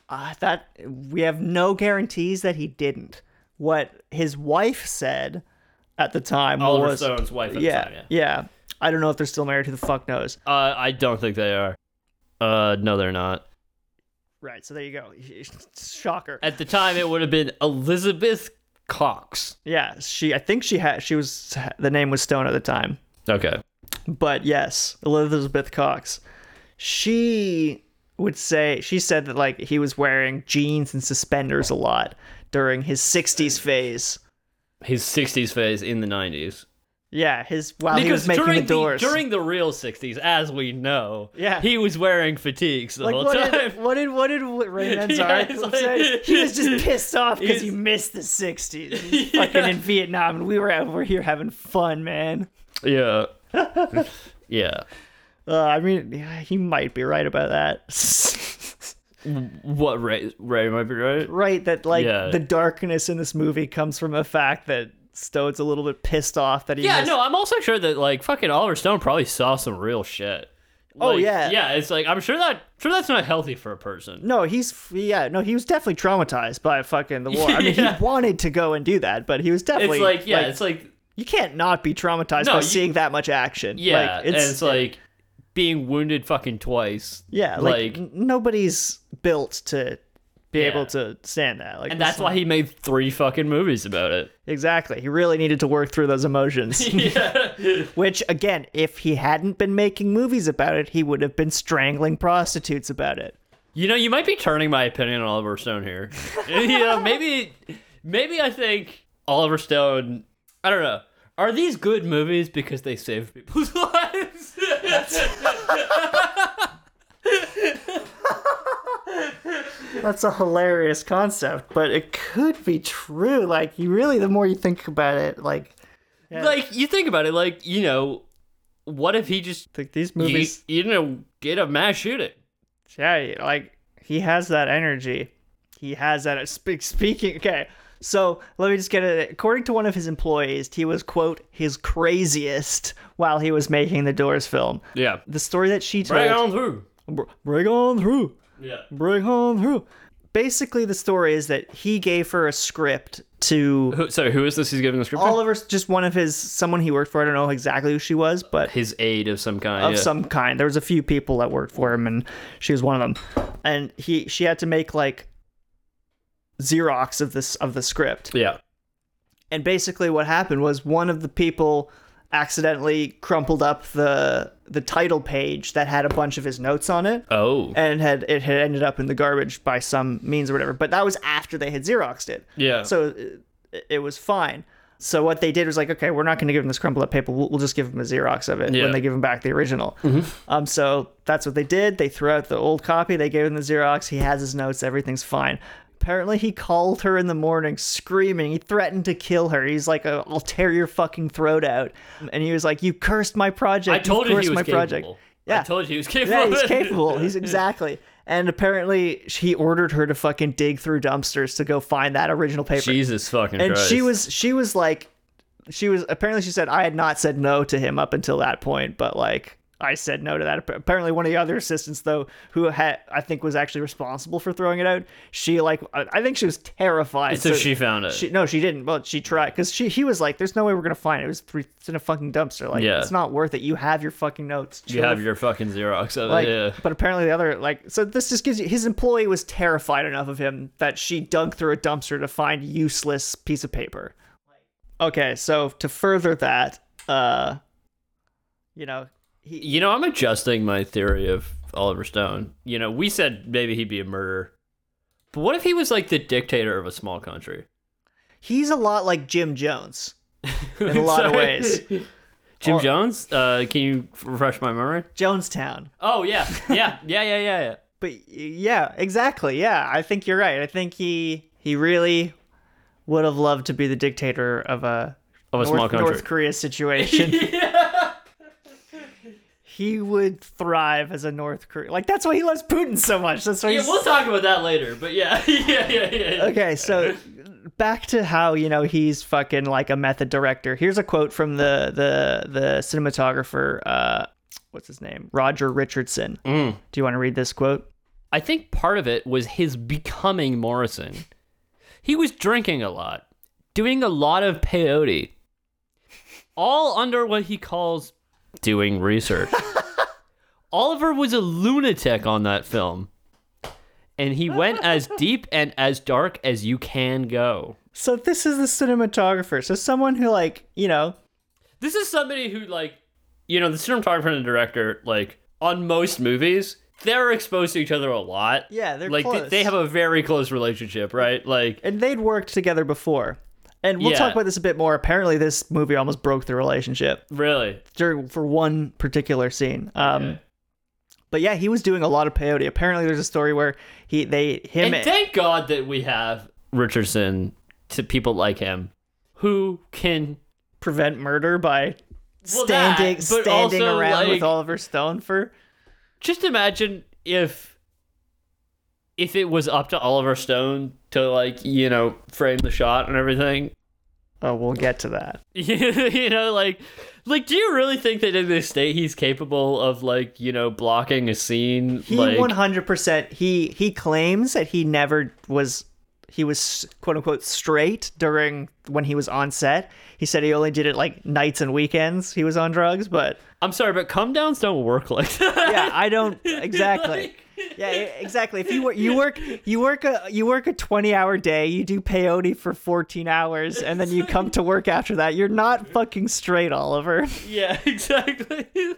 [SPEAKER 1] uh, that we have no guarantees that he didn't. What his wife said at the time. or
[SPEAKER 2] Oliver
[SPEAKER 1] was.
[SPEAKER 2] Stone's wife at the
[SPEAKER 1] yeah,
[SPEAKER 2] time. Yeah.
[SPEAKER 1] yeah. I don't know if they're still married. Who the fuck knows?
[SPEAKER 2] Uh, I don't think they are. Uh, no, they're not.
[SPEAKER 1] Right. So there you go. [LAUGHS] Shocker.
[SPEAKER 2] At the time, it would have been Elizabeth Cox.
[SPEAKER 1] yeah. She. I think she had. She was. The name was Stone at the time.
[SPEAKER 2] Okay.
[SPEAKER 1] But yes, Elizabeth Cox. She would say she said that like he was wearing jeans and suspenders a lot during his 60s phase.
[SPEAKER 2] His 60s phase in the 90s.
[SPEAKER 1] Yeah, his while he was making
[SPEAKER 2] during
[SPEAKER 1] the doors.
[SPEAKER 2] during the real 60s, as we know,
[SPEAKER 1] Yeah.
[SPEAKER 2] he was wearing fatigues the
[SPEAKER 1] like
[SPEAKER 2] whole
[SPEAKER 1] what
[SPEAKER 2] time.
[SPEAKER 1] did, what did what
[SPEAKER 2] [LAUGHS]
[SPEAKER 1] did Ray Manzarek
[SPEAKER 2] Yeah, it's like-
[SPEAKER 1] say? He
[SPEAKER 2] [LAUGHS]
[SPEAKER 1] was just pissed off because he
[SPEAKER 2] He's-
[SPEAKER 1] missed the
[SPEAKER 2] [LAUGHS]
[SPEAKER 1] 60s. He's Fucking in Vietnam, and we were out over here having fun, man.
[SPEAKER 2] Yeah. [LAUGHS] yeah.
[SPEAKER 1] Uh, I mean, yeah, he might be right about that. [LAUGHS]
[SPEAKER 2] What Ray Ray might be right.
[SPEAKER 1] right, that like
[SPEAKER 2] Yeah.
[SPEAKER 1] the darkness in this movie comes from the fact that Stone's a little bit pissed off that he.
[SPEAKER 2] Yeah,
[SPEAKER 1] missed-
[SPEAKER 2] no, I'm also sure that like fucking Oliver Stone probably saw some real shit.
[SPEAKER 1] Oh,
[SPEAKER 2] Like,
[SPEAKER 1] yeah.
[SPEAKER 2] Yeah, it's like I'm sure that sure that's not healthy for a person.
[SPEAKER 1] No, he's yeah, no, he was definitely traumatized by fucking the war. I mean,
[SPEAKER 2] [LAUGHS] Yeah.
[SPEAKER 1] he wanted to go and do that, but he was definitely
[SPEAKER 2] It's like yeah, it's like
[SPEAKER 1] you can't not be traumatized
[SPEAKER 2] No,
[SPEAKER 1] by
[SPEAKER 2] you-
[SPEAKER 1] seeing that much action.
[SPEAKER 2] yeah,
[SPEAKER 1] like,
[SPEAKER 2] and it's like being wounded fucking twice.
[SPEAKER 1] yeah, like,
[SPEAKER 2] like,
[SPEAKER 1] n- nobody's built to be
[SPEAKER 2] Yeah.
[SPEAKER 1] able to stand that. Like,
[SPEAKER 2] and that's why he made three fucking movies about it.
[SPEAKER 1] exactly he really needed to work through those emotions. [LAUGHS] Which again, if he hadn't been making movies about it, he would have been strangling prostitutes about it.
[SPEAKER 2] You know, you might be turning my opinion on Oliver Stone
[SPEAKER 1] [LAUGHS]
[SPEAKER 2] here. you know, maybe, maybe I think Oliver Stone. I don't know. Are these good movies because they save people's [LAUGHS] lives?
[SPEAKER 1] That's a hilarious concept, but it could be true. Like you really, the more you think about it, like
[SPEAKER 2] like you think about it, like you know, what if he just
[SPEAKER 1] like these
[SPEAKER 2] you,
[SPEAKER 1] movies.
[SPEAKER 2] you know did a mass shooting?
[SPEAKER 1] yeah, like he has that energy. He has that. spe- Speaking, okay. So let me just get it. According to one of his employees, he was quote his craziest while he was making the Doors film.
[SPEAKER 2] Yeah,
[SPEAKER 1] The story that she told.
[SPEAKER 2] bring on through.
[SPEAKER 1] Br- bring on through.
[SPEAKER 2] Yeah,
[SPEAKER 1] Bring on through. Basically, the story is that he gave her a script [LAUGHS] to
[SPEAKER 2] who, so who is this? He's giving the script. to?
[SPEAKER 1] Oliver's just one of his someone he worked for. I don't know exactly who she was, but [LAUGHS]
[SPEAKER 2] His aide of some kind.
[SPEAKER 1] of
[SPEAKER 2] yeah.
[SPEAKER 1] some kind. There was a few people that worked for him, and she was one of them. And he she had to make like xerox of this of the script.
[SPEAKER 2] Yeah.
[SPEAKER 1] And basically, what happened was one of the people accidentally crumpled up the the title page that had a bunch of his notes on it.
[SPEAKER 2] Oh.
[SPEAKER 1] And had it had ended up in the garbage by some means or whatever, but that was after they had xeroxed it.
[SPEAKER 2] Yeah.
[SPEAKER 1] So uh, it, it was fine. So what they did was like, okay, we're not going to give them this crumpled up paper. We'll, we'll just give them a Xerox of it
[SPEAKER 2] Yeah. Mm-hmm.
[SPEAKER 1] when they give them back the original. Um, so that's what they did. They threw out the old copy. They gave him the Xerox. He has his notes. Everything's fine. Apparently, he called her in the morning screaming. He threatened to kill her. He's like, "Oh, I'll tear your fucking throat out. And he was like, You cursed my project.
[SPEAKER 2] I told
[SPEAKER 1] you
[SPEAKER 2] you
[SPEAKER 1] cursed
[SPEAKER 2] he was
[SPEAKER 1] my
[SPEAKER 2] capable.
[SPEAKER 1] project.
[SPEAKER 2] I told you he was capable.
[SPEAKER 1] [LAUGHS] Yeah,
[SPEAKER 2] of
[SPEAKER 1] he's
[SPEAKER 2] it. [LAUGHS]
[SPEAKER 1] capable. He's exactly. And apparently, he ordered her to fucking dig through dumpsters to go find that original paper.
[SPEAKER 2] Jesus fucking
[SPEAKER 1] and
[SPEAKER 2] Christ.
[SPEAKER 1] she was, she was like, she was apparently she said I had not said no to him up until that point, but like I said no to that. Appa- Apparently, one of the other assistants though, who had I think was actually responsible for throwing it out, she like I I think she was terrified.
[SPEAKER 2] So she found it.
[SPEAKER 1] She, no, she didn't. Well, she tried because she he was like, "There's no way we're gonna find it. It was three, it's in a fucking dumpster. Like,
[SPEAKER 2] Yeah.
[SPEAKER 1] it's not worth it. You have your fucking notes.
[SPEAKER 2] You
[SPEAKER 1] Chill
[SPEAKER 2] have
[SPEAKER 1] the
[SPEAKER 2] your fucking Xerox of
[SPEAKER 1] like,
[SPEAKER 2] it. Yeah.
[SPEAKER 1] but apparently the other like, so this just gives you his employee was terrified enough of him that she dug through a dumpster to find useless piece of paper. Okay, so to further that, uh, you know, he
[SPEAKER 2] You know, I'm adjusting my theory of Oliver Stone. You know, we said maybe he'd be a murderer. But what if he was like the dictator of a small country?
[SPEAKER 1] he's a lot like
[SPEAKER 2] [LAUGHS]
[SPEAKER 1] Jim Jones in a lot of
[SPEAKER 2] Sorry.
[SPEAKER 1] ways.
[SPEAKER 2] [LAUGHS] Jim
[SPEAKER 1] Or-
[SPEAKER 2] Jones? Uh, can you refresh my memory?
[SPEAKER 1] Jonestown.
[SPEAKER 2] Oh, yeah. Yeah. [LAUGHS] Yeah, yeah, yeah, yeah.
[SPEAKER 1] But y- yeah, exactly. Yeah, I think you're right. I think he he really would have loved to be the dictator of a
[SPEAKER 2] Of a
[SPEAKER 1] North,
[SPEAKER 2] small country.
[SPEAKER 1] North Korea situation.
[SPEAKER 2] [LAUGHS]
[SPEAKER 1] He would thrive as a North Korea. Like that's why he loves Putin so much. That's why
[SPEAKER 2] Yeah,
[SPEAKER 1] he's
[SPEAKER 2] we'll talk about that later. But yeah, [LAUGHS] yeah, yeah, yeah. yeah.
[SPEAKER 1] Okay, so back to how you know he's fucking like a method director. Here's a quote from the the the cinematographer. Uh, what's his name? Roger Richardson.
[SPEAKER 2] Mm.
[SPEAKER 1] Do you want to read this quote?
[SPEAKER 2] I think part of it was his becoming Morrison. He was drinking a lot, doing a lot of peyote. all under what he calls doing
[SPEAKER 1] [LAUGHS]
[SPEAKER 2] research. Oliver was a lunatic on that film. And he went
[SPEAKER 1] [LAUGHS]
[SPEAKER 2] as deep and as dark as you can go.
[SPEAKER 1] So this is the cinematographer. So someone who like, you know,
[SPEAKER 2] This is somebody who, like, you know, the cinematographer and the director, like, on most movies, they're exposed to each other a lot.
[SPEAKER 1] Yeah, they're
[SPEAKER 2] like
[SPEAKER 1] close.
[SPEAKER 2] They, they have a very close relationship, right? Like,
[SPEAKER 1] and they'd worked together before. And we'll
[SPEAKER 2] Yeah.
[SPEAKER 1] talk about this a bit more. Apparently, this movie almost broke the relationship
[SPEAKER 2] really,
[SPEAKER 1] during for one particular scene. Um,
[SPEAKER 2] Okay.
[SPEAKER 1] But yeah, he was doing a lot of peyote. Apparently, there's a story where he they him
[SPEAKER 2] And thank God that we have Richardson to people like him who can
[SPEAKER 1] prevent murder by
[SPEAKER 2] Well, that,
[SPEAKER 1] standing
[SPEAKER 2] but
[SPEAKER 1] standing
[SPEAKER 2] also,
[SPEAKER 1] around
[SPEAKER 2] like-
[SPEAKER 1] with Oliver Stone for
[SPEAKER 2] just imagine if if it was up to Oliver Stone to like, you know, frame the shot and everything. [LAUGHS]
[SPEAKER 1] Oh, we'll get to that.
[SPEAKER 2] you know, like like do you really think that in this state he's capable of like, you know, blocking a scene
[SPEAKER 1] He
[SPEAKER 2] like
[SPEAKER 1] 100% he he claims that he never was he was quote unquote straight during when he was on set. He said he only did it like nights and weekends he was on drugs, but
[SPEAKER 2] I'm sorry, but come downs don't work like that.
[SPEAKER 1] yeah, I don't exactly. Yeah, e- exactly. If you work, you work, you work a you work a twenty hour day. You do peyote for fourteen hours, and then you come to work after that. You're not fucking straight, Oliver.
[SPEAKER 2] [LAUGHS]
[SPEAKER 1] [LAUGHS]
[SPEAKER 2] yeah, exactly.
[SPEAKER 1] Um,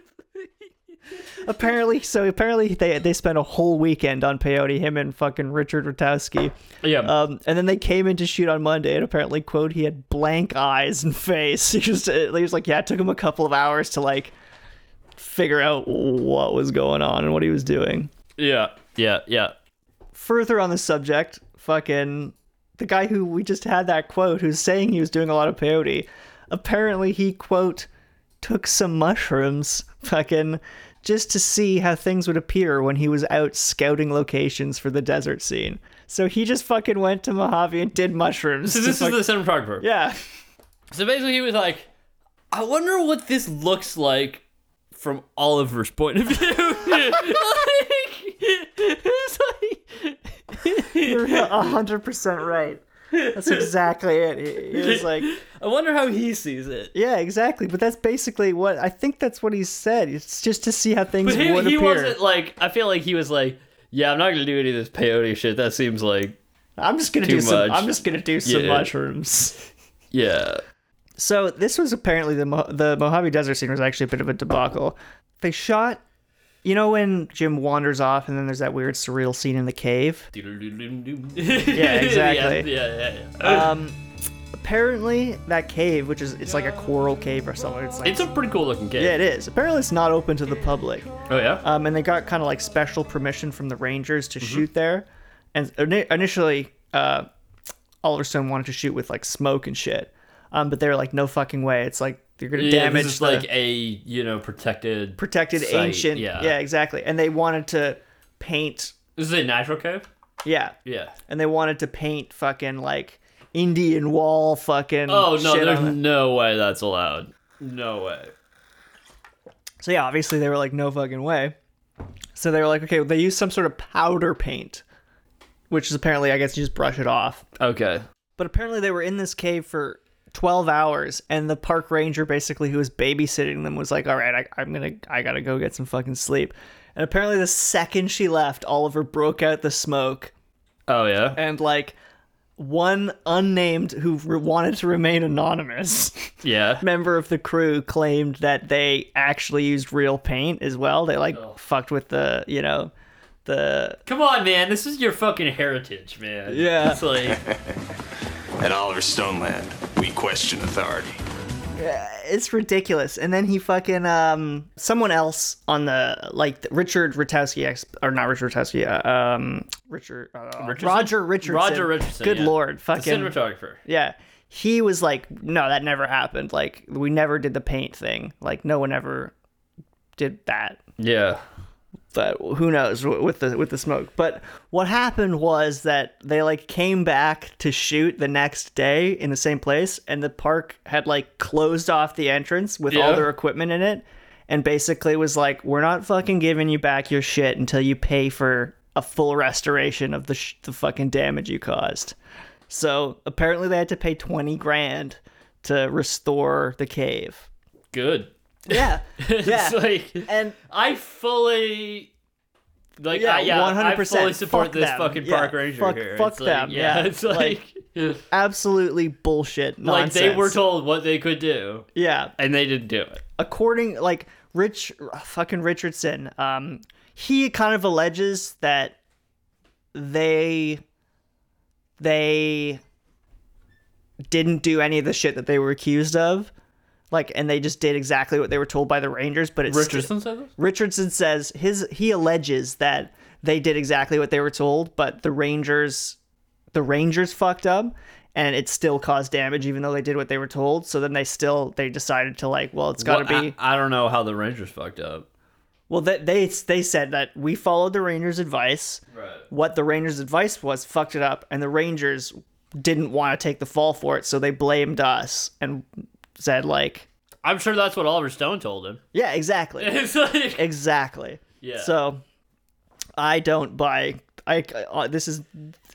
[SPEAKER 1] apparently, so apparently they they spent a whole weekend on peyote. Him and fucking Richard Rutowski.
[SPEAKER 2] yeah.
[SPEAKER 1] Um, and then they came in to shoot on Monday, and apparently, quote, he had blank eyes and face. [LAUGHS] He just, uh, he was like, yeah, it took him a couple of hours to like figure out what was going on and what he was doing.
[SPEAKER 2] yeah. Yeah, yeah.
[SPEAKER 1] Further on the subject, fucking the guy who we just had that quote, who's saying he was doing a lot of peyote, apparently he quote took some mushrooms, [LAUGHS] fucking just to see how things would appear when he was out scouting locations for the desert scene. So he just fucking went to Mojave and did mushrooms.
[SPEAKER 2] So
[SPEAKER 1] to
[SPEAKER 2] this
[SPEAKER 1] fuck-
[SPEAKER 2] is the cinematographer.
[SPEAKER 1] Yeah.
[SPEAKER 2] So basically, he was like, I wonder what this looks like from Oliver's point of view. [LAUGHS] like, it's like,
[SPEAKER 1] You're a hundred percent right. That's exactly it.
[SPEAKER 2] [LAUGHS]
[SPEAKER 1] He, he was like,
[SPEAKER 2] I wonder how he sees it.
[SPEAKER 1] yeah, exactly. But that's basically what I think that's what he said. It's just to see how things
[SPEAKER 2] But he,
[SPEAKER 1] would
[SPEAKER 2] he
[SPEAKER 1] appear.
[SPEAKER 2] wasn't like, I feel like he was like, yeah, I'm not going to do any of this peyote shit. That seems like,
[SPEAKER 1] I'm just gonna
[SPEAKER 2] Too
[SPEAKER 1] do some.
[SPEAKER 2] much.
[SPEAKER 1] I'm just gonna do some
[SPEAKER 2] Yeah.
[SPEAKER 1] mushrooms. [LAUGHS]
[SPEAKER 2] yeah.
[SPEAKER 1] So this was apparently the Mo- the Mojave Desert scene was actually a bit of a debacle. They shot, you know, when Jim wanders off, and then there's that weird surreal scene in the cave.
[SPEAKER 2] yeah,
[SPEAKER 1] exactly.
[SPEAKER 2] [LAUGHS] Yeah, yeah, yeah.
[SPEAKER 1] Um, apparently that cave, which is it's like a coral cave or something. It's like
[SPEAKER 2] It's a pretty cool looking game.
[SPEAKER 1] yeah, it is. Apparently it's not open to the public.
[SPEAKER 2] Oh, yeah?
[SPEAKER 1] Um, and they got kind of like special permission from the Rangers to
[SPEAKER 2] Mm-hmm.
[SPEAKER 1] shoot there. And ini- initially, uh, Oliver Stone wanted to shoot with like smoke and shit. Um, but they were like, no fucking way. It's like you're gonna
[SPEAKER 2] yeah,
[SPEAKER 1] damage
[SPEAKER 2] this is
[SPEAKER 1] the
[SPEAKER 2] like a, you know, protected.
[SPEAKER 1] protected
[SPEAKER 2] site,
[SPEAKER 1] ancient.
[SPEAKER 2] yeah.
[SPEAKER 1] exactly. And they wanted to paint.
[SPEAKER 2] This is a natural cave?
[SPEAKER 1] Yeah,
[SPEAKER 2] Yeah.
[SPEAKER 1] and they wanted to paint fucking like Indian wall fucking.
[SPEAKER 2] Oh, no,
[SPEAKER 1] shit
[SPEAKER 2] there's
[SPEAKER 1] on it.
[SPEAKER 2] no way that's allowed. No way.
[SPEAKER 1] So yeah, obviously they were like, no fucking way. So they were like, okay, they used some sort of powder paint, which is apparently, I guess, you just brush it off.
[SPEAKER 2] Okay.
[SPEAKER 1] But apparently they were in this cave for 12 hours and the park ranger basically who was babysitting them was like, "All right, I I'm going to I got to go get some fucking sleep." And apparently the second she left, Oliver broke out the smoke
[SPEAKER 2] Oh yeah.
[SPEAKER 1] and like one unnamed who re- wanted to remain anonymous [LAUGHS]
[SPEAKER 2] Yeah.
[SPEAKER 1] member of the crew claimed that they actually used real paint as well. They like fucked with the, you know, the
[SPEAKER 2] Come on, man. This is your fucking heritage, man.
[SPEAKER 1] Yeah.
[SPEAKER 2] It's
[SPEAKER 1] [LAUGHS]
[SPEAKER 2] like
[SPEAKER 3] At Oliver Stoneland, we question authority.
[SPEAKER 1] it's ridiculous. And then he fucking um someone else on the like the- Richard Rutowski ex- or not Richard Rutowski, uh, um Richard uh,
[SPEAKER 2] Richardson?
[SPEAKER 1] Roger Richardson.
[SPEAKER 2] Roger Richardson,
[SPEAKER 1] Good
[SPEAKER 2] yeah.
[SPEAKER 1] lord,
[SPEAKER 2] a
[SPEAKER 1] fucking
[SPEAKER 2] cinematographer.
[SPEAKER 1] yeah. He was like, no, that never happened. Like we never did the paint thing. Like no one ever did that
[SPEAKER 2] Yeah.
[SPEAKER 1] but who knows w- with the with the smoke. But what happened was that they like came back to shoot the next day in the same place, and the park had like closed off the entrance with all
[SPEAKER 2] Yeah.
[SPEAKER 1] their equipment in it, and basically was like, "We're not fucking giving you back your shit until you pay for a full restoration of the sh- the fucking damage you caused." So apparently, they had to pay twenty grand to restore the cave.
[SPEAKER 2] good. [LAUGHS]
[SPEAKER 1] Yeah. Yeah. Eh.
[SPEAKER 2] it's like
[SPEAKER 1] and
[SPEAKER 2] I fully like
[SPEAKER 1] Yeah,
[SPEAKER 2] yeah, yeah 100%. I
[SPEAKER 1] 100%.
[SPEAKER 2] fully support
[SPEAKER 1] Fuck
[SPEAKER 2] this
[SPEAKER 1] them.
[SPEAKER 2] fucking
[SPEAKER 1] Yeah,
[SPEAKER 2] park ranger
[SPEAKER 1] fuck-
[SPEAKER 2] here.
[SPEAKER 1] fuck
[SPEAKER 2] it's like,
[SPEAKER 1] them,
[SPEAKER 2] Yeah,
[SPEAKER 1] yeah.
[SPEAKER 2] it's like [LAUGHS] like,
[SPEAKER 1] absolutely bullshit. Nonsense.
[SPEAKER 2] they were told what they could do
[SPEAKER 1] Yeah.
[SPEAKER 2] and they didn't do it.
[SPEAKER 1] according like rich fucking richardson um he kind of alleges that they they didn't do any of the shit that they were accused of like and they just did exactly what they were told by the rangers but it's
[SPEAKER 2] Richardson said this.
[SPEAKER 1] richardson says his he alleges that they did exactly what they were told but the rangers the rangers fucked up and it still caused damage even though they did what they were told so then they still they decided to like well it's got to
[SPEAKER 2] Well,
[SPEAKER 1] be
[SPEAKER 2] I, I don't know how the Rangers fucked up.
[SPEAKER 1] well, they, they they said that we followed the Rangers' advice.
[SPEAKER 2] Right.
[SPEAKER 1] What the Rangers' advice was fucked it up, and the Rangers didn't want to take the fall for it, so they blamed us and said like,
[SPEAKER 2] I'm sure that's what Oliver Stone told him. [LAUGHS]
[SPEAKER 1] "Yeah, [LAUGHS] exactly,
[SPEAKER 2] It's like
[SPEAKER 1] exactly."
[SPEAKER 2] Yeah.
[SPEAKER 1] So I don't buy. I uh, this is.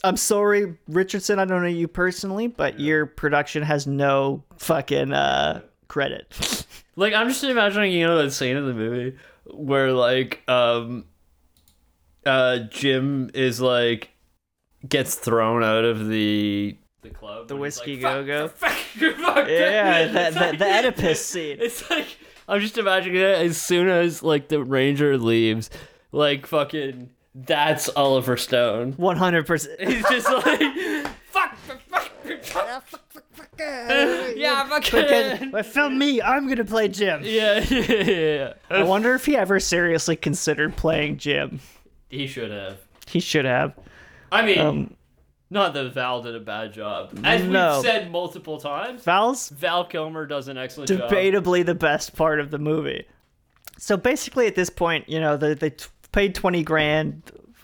[SPEAKER 1] I'm sorry, Richardson. I don't know you personally, but your production has no fucking uh,
[SPEAKER 2] [LAUGHS]
[SPEAKER 1] credit.
[SPEAKER 2] Like I'm just imagining, you know, that scene in the movie where like um uh Jim is like gets thrown out of the the club. The
[SPEAKER 1] Whiskey Go Go.
[SPEAKER 2] Fuck, fuck, fuck.
[SPEAKER 1] Yeah,
[SPEAKER 2] It's
[SPEAKER 1] that, that, the
[SPEAKER 2] like-
[SPEAKER 1] Oedipus scene.
[SPEAKER 2] [LAUGHS] It's like I'm just imagining that as soon as like the ranger leaves, like fucking that's Oliver Stone. [LAUGHS]
[SPEAKER 1] One hundred percent.
[SPEAKER 2] He's just like [LAUGHS] fuck fuck fuck, fuck. [LAUGHS] Yeah, fucking
[SPEAKER 1] But film me. I'm gonna play Jim.
[SPEAKER 2] [LAUGHS] yeah, yeah, yeah,
[SPEAKER 1] I
[SPEAKER 2] yeah.
[SPEAKER 1] wonder if he ever seriously considered playing Jim.
[SPEAKER 2] He should have.
[SPEAKER 1] He should have.
[SPEAKER 2] I mean,
[SPEAKER 1] Um,
[SPEAKER 2] not that Val did a bad job. As
[SPEAKER 1] No.
[SPEAKER 2] we've said multiple times,
[SPEAKER 1] Val's
[SPEAKER 2] Val Kilmer does an excellent job.
[SPEAKER 1] debatably the best part of the movie. So basically, at this point, you know, they, they t- paid 20 grand.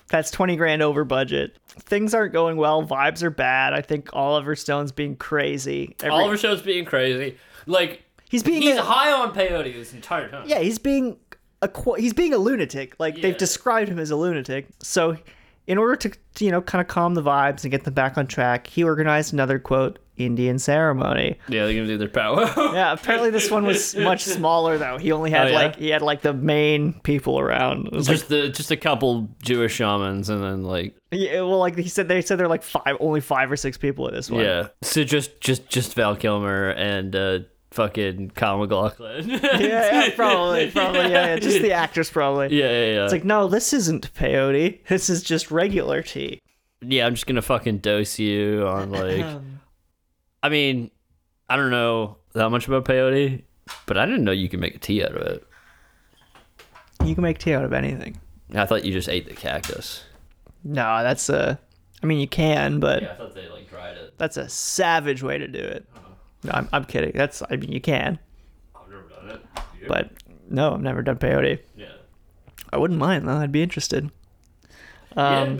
[SPEAKER 1] That's 20 grand over budget. Things aren't going well. Vibes are bad. I think Oliver Stone's being crazy. Every-
[SPEAKER 2] Oliver Show's being crazy. Like,
[SPEAKER 1] he's being
[SPEAKER 2] he's
[SPEAKER 1] a-
[SPEAKER 2] high on peyote this entire time.
[SPEAKER 1] yeah, he's being a qu- he's being a lunatic. Like
[SPEAKER 2] Yeah.
[SPEAKER 1] they've described him as a lunatic. So, in order to you know kind of calm the vibes and get them back on track, he organized another quote Indian ceremony.
[SPEAKER 2] Yeah, they're gonna do their [LAUGHS] powwow.
[SPEAKER 1] Yeah, apparently this one
[SPEAKER 2] [LAUGHS]
[SPEAKER 1] was much smaller though. He only had
[SPEAKER 2] Oh, yeah?
[SPEAKER 1] like he had like the main people around. It was like,
[SPEAKER 2] Just the just a couple Jewish shamans and then like
[SPEAKER 1] yeah, well, like he said, they said they're like five, only five or six people at this one.
[SPEAKER 2] yeah. So just just just Val Kilmer and uh fucking Kyle [LAUGHS] McLaughlin.
[SPEAKER 1] [LAUGHS] yeah, yeah, probably, probably, yeah, yeah,
[SPEAKER 2] [LAUGHS]
[SPEAKER 1] just the actors probably.
[SPEAKER 2] yeah, yeah, yeah.
[SPEAKER 1] It's like no, this isn't peyote. This is just regular tea.
[SPEAKER 2] yeah, I'm just gonna fucking dose you on like. I mean, I don't know that much about peyote, but I didn't know you could make a tea out of it.
[SPEAKER 1] You can make tea out of anything.
[SPEAKER 2] I thought you just ate the cactus.
[SPEAKER 1] No, that's a. I mean, you can, but
[SPEAKER 2] I thought they like dried it.
[SPEAKER 1] that's a savage way to do it. No, I'm, I'm kidding. That's. I mean, you can,
[SPEAKER 2] I've never done it.
[SPEAKER 1] but no, I've never done peyote.
[SPEAKER 2] yeah,
[SPEAKER 1] I wouldn't mind though. I'd be interested. Um,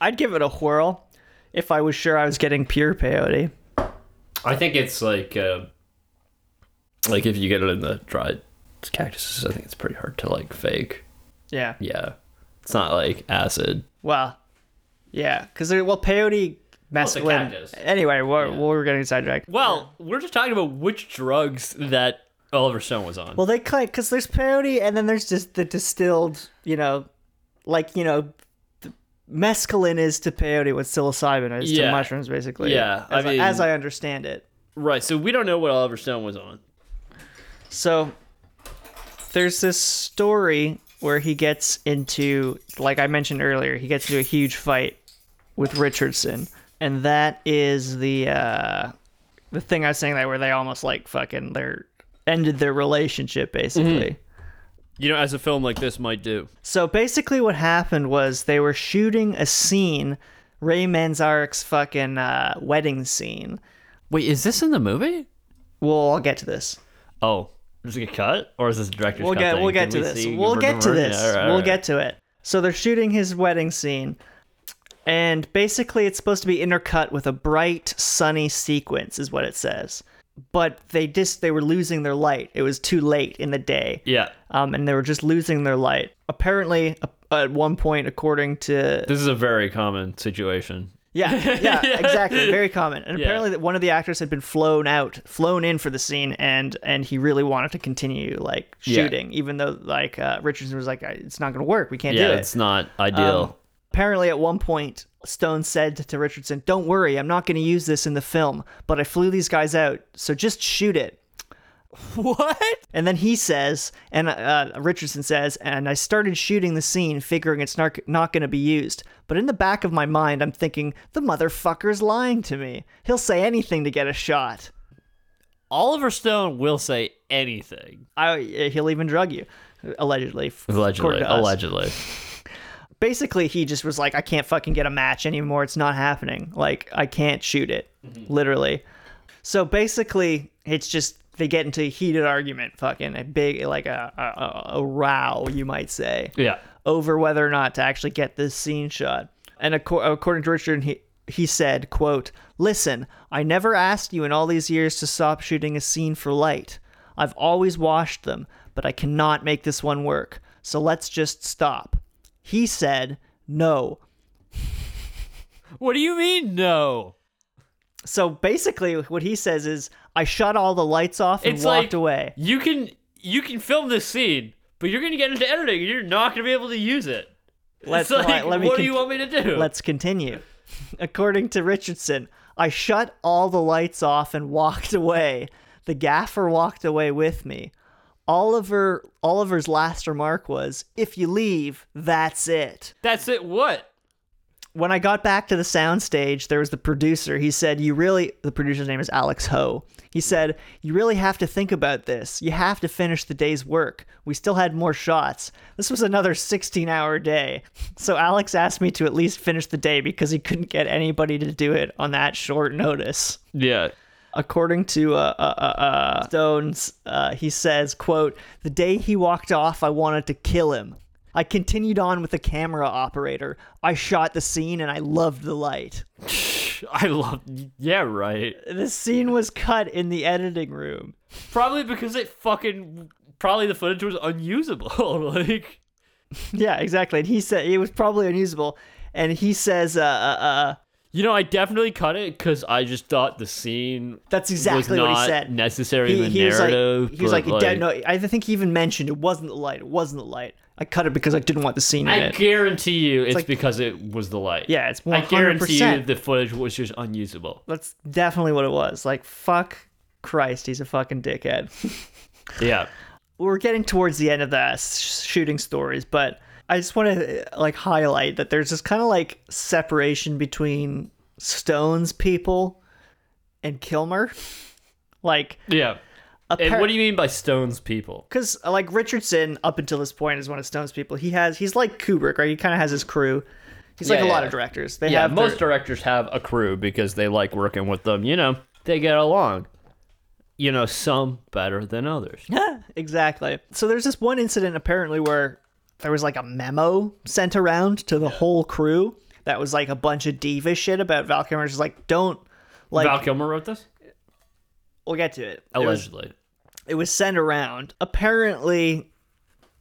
[SPEAKER 1] I'd give it a whirl if I was sure I was getting pure peyote.
[SPEAKER 2] I think it's like uh, like if you get it in the dried cactuses, I think it's pretty hard to like fake.
[SPEAKER 1] Yeah.
[SPEAKER 2] Yeah, it's not like acid.
[SPEAKER 1] Well. Yeah, because well, peyote
[SPEAKER 2] it's a
[SPEAKER 1] mescaline.
[SPEAKER 2] cactus.
[SPEAKER 1] anyway, we're, we're getting sidetracked.
[SPEAKER 2] Well, we're just talking about which drugs that Oliver Stone was on.
[SPEAKER 1] Well, they kind because there's peyote, and then there's just the distilled, you know, like you know, the mescaline is to peyote what psilocybin is
[SPEAKER 2] Yeah.
[SPEAKER 1] to mushrooms, basically.
[SPEAKER 2] Yeah, I
[SPEAKER 1] as
[SPEAKER 2] mean-
[SPEAKER 1] as I understand it.
[SPEAKER 2] right, so we don't know what Oliver Stone was on.
[SPEAKER 1] So there's this story where he gets into, like I mentioned earlier, he gets into a huge fight with Richardson, and that is the uh, the thing I was saying that where they almost like fucking their ended their relationship basically.
[SPEAKER 2] You know, as a film like this might do.
[SPEAKER 1] So basically, what happened was they were shooting a scene, Ray Manzarek's fucking uh, wedding scene.
[SPEAKER 2] Wait, is this in the movie?
[SPEAKER 1] We'll I'll get to this.
[SPEAKER 2] Oh, is it a cut or is this a director's
[SPEAKER 1] We'll
[SPEAKER 2] cut?
[SPEAKER 1] get
[SPEAKER 2] thing?
[SPEAKER 1] we'll get
[SPEAKER 2] Can
[SPEAKER 1] to
[SPEAKER 2] we
[SPEAKER 1] this.
[SPEAKER 2] see
[SPEAKER 1] We'll get to
[SPEAKER 2] Roberta-
[SPEAKER 1] this.
[SPEAKER 2] Yeah, all right, all
[SPEAKER 1] we'll
[SPEAKER 2] right.
[SPEAKER 1] get to it. So they're shooting his wedding scene, and basically it's supposed to be intercut with a bright, sunny sequence, is what it says. But they just they were losing their light. It was too late in the day.
[SPEAKER 2] Yeah,
[SPEAKER 1] Um, and they were just losing their uh, light. Apparently, a- at one point, according to
[SPEAKER 2] this is a very common situation. [LAUGHS]
[SPEAKER 1] Yeah, yeah, exactly. Very common. And
[SPEAKER 2] Yeah.
[SPEAKER 1] apparently, that one of the actors had been flown out, flown in for the scene, and and he really wanted to continue like
[SPEAKER 2] Yeah.
[SPEAKER 1] shooting, even though like uh, Richardson was like, "I- "It's not going to work. We can't
[SPEAKER 2] Yeah,
[SPEAKER 1] do it." Um,
[SPEAKER 2] it's not ideal.
[SPEAKER 1] Apparently, at one point, Stone said to Richardson, Don't worry, I'm not going to use this in the film, but I flew these guys out, so just shoot it. What? And then he says, and uh, Richardson says, and I started shooting the scene, figuring it's not, not going to be used. But in the back of my mind, I'm thinking, the motherfucker's lying to me. He'll say anything to get a shot.
[SPEAKER 2] Oliver Stone will say anything.
[SPEAKER 1] I, he'll even drug you, allegedly. f-
[SPEAKER 2] Allegedly.
[SPEAKER 1] according to us.
[SPEAKER 2] Allegedly.
[SPEAKER 1] basically he just was like i can't fucking get a match anymore it's not happening like i can't shoot it literally so basically it's just they get into a heated argument fucking a big like a, a- a, a row you might say
[SPEAKER 2] Yeah.
[SPEAKER 1] over whether or not to actually get this scene shot. And acco- according to Richard, he he said, "quote Listen, I never asked you in all these years to stop shooting a scene for light. I've always washed them, but I cannot make this one work. So let's just stop." He said, "No."
[SPEAKER 2] What do you mean, no?
[SPEAKER 1] So basically, what he says is, "I shut all the lights off and
[SPEAKER 2] It's
[SPEAKER 1] walked
[SPEAKER 2] like-
[SPEAKER 1] away."
[SPEAKER 2] You can you can film this scene, but you're gonna get into editing and you're not gonna be able to use it.
[SPEAKER 1] Let's
[SPEAKER 2] it's like,
[SPEAKER 1] let- let me
[SPEAKER 2] what do
[SPEAKER 1] con-
[SPEAKER 2] you want me to do?
[SPEAKER 1] Let's continue. According to Richardson, I shut all the lights off and walked away. The gaffer walked away with me. Oliver Oliver's last remark was, "If you leave, that's it."
[SPEAKER 2] That's it. What?
[SPEAKER 1] When I got back to the soundstage, there was the producer. He said, "You really." The producer's name is Alex Ho. He said, "You really have to think about this. You have to finish the day's work. We still had more shots. This was another 16-hour day." So Alex asked me to at least finish the day because he couldn't get anybody to do it on that short notice
[SPEAKER 2] Yeah.
[SPEAKER 1] according to uh, uh, uh, uh, Stones, uh, he says, "quote The day he walked off, I wanted to kill him. I continued on with the camera operator. I shot the scene, and I loved the light.
[SPEAKER 2] I love. Yeah, right.
[SPEAKER 1] The scene was cut in the editing room. [LAUGHS]
[SPEAKER 2] Probably because it fucking. Probably the footage was unusable. [LAUGHS] like,
[SPEAKER 1] Yeah, exactly. And he said it was probably unusable. And he says, uh, uh, uh,
[SPEAKER 2] you know, I definitely cut it because I just thought the scene.
[SPEAKER 1] That's exactly
[SPEAKER 2] was
[SPEAKER 1] what he
[SPEAKER 2] not
[SPEAKER 1] said.
[SPEAKER 2] Necessary
[SPEAKER 1] he,
[SPEAKER 2] in the
[SPEAKER 1] he was like,
[SPEAKER 2] narrative.
[SPEAKER 1] he was
[SPEAKER 2] but,
[SPEAKER 1] like, "It don't- no, I think he even mentioned it wasn't the light. It wasn't the light. I cut it because I didn't want the scene in
[SPEAKER 2] I
[SPEAKER 1] it.
[SPEAKER 2] guarantee you, it's,
[SPEAKER 1] like-
[SPEAKER 2] because it was the light.
[SPEAKER 1] Yeah, it's
[SPEAKER 2] I guarantee you,
[SPEAKER 1] 100%.
[SPEAKER 2] the footage was just unusable.
[SPEAKER 1] That's definitely what it was. Like, fuck Christ, he's a fucking dickhead. [LAUGHS]
[SPEAKER 2] Yeah.
[SPEAKER 1] We're getting towards the end of the sh- shooting stories, but I just want to like highlight that there's this kind of like separation between Stone's people and Kilmer. Like,
[SPEAKER 2] Yeah. And what do you mean by Stone's people?
[SPEAKER 1] because like Richardson up until this point is one of Stone's people. He has he's like Kubrick, right? He kind of has his crew. He's like
[SPEAKER 2] Yeah,
[SPEAKER 1] a lot
[SPEAKER 2] yeah.
[SPEAKER 1] of directors. They
[SPEAKER 2] Yeah,
[SPEAKER 1] have their-
[SPEAKER 2] most directors have a crew because they like working with them. You know, they get along. You know, some better than others.
[SPEAKER 1] Exactly. So there's this one incident apparently where there was like a memo sent around to the whole crew that was like a bunch of diva shit about Val Kilmer's just like don't like
[SPEAKER 2] Val Kilmer wrote this?
[SPEAKER 1] we'll get to it. It was,
[SPEAKER 2] Allegedly.
[SPEAKER 1] it was sent around. Apparently,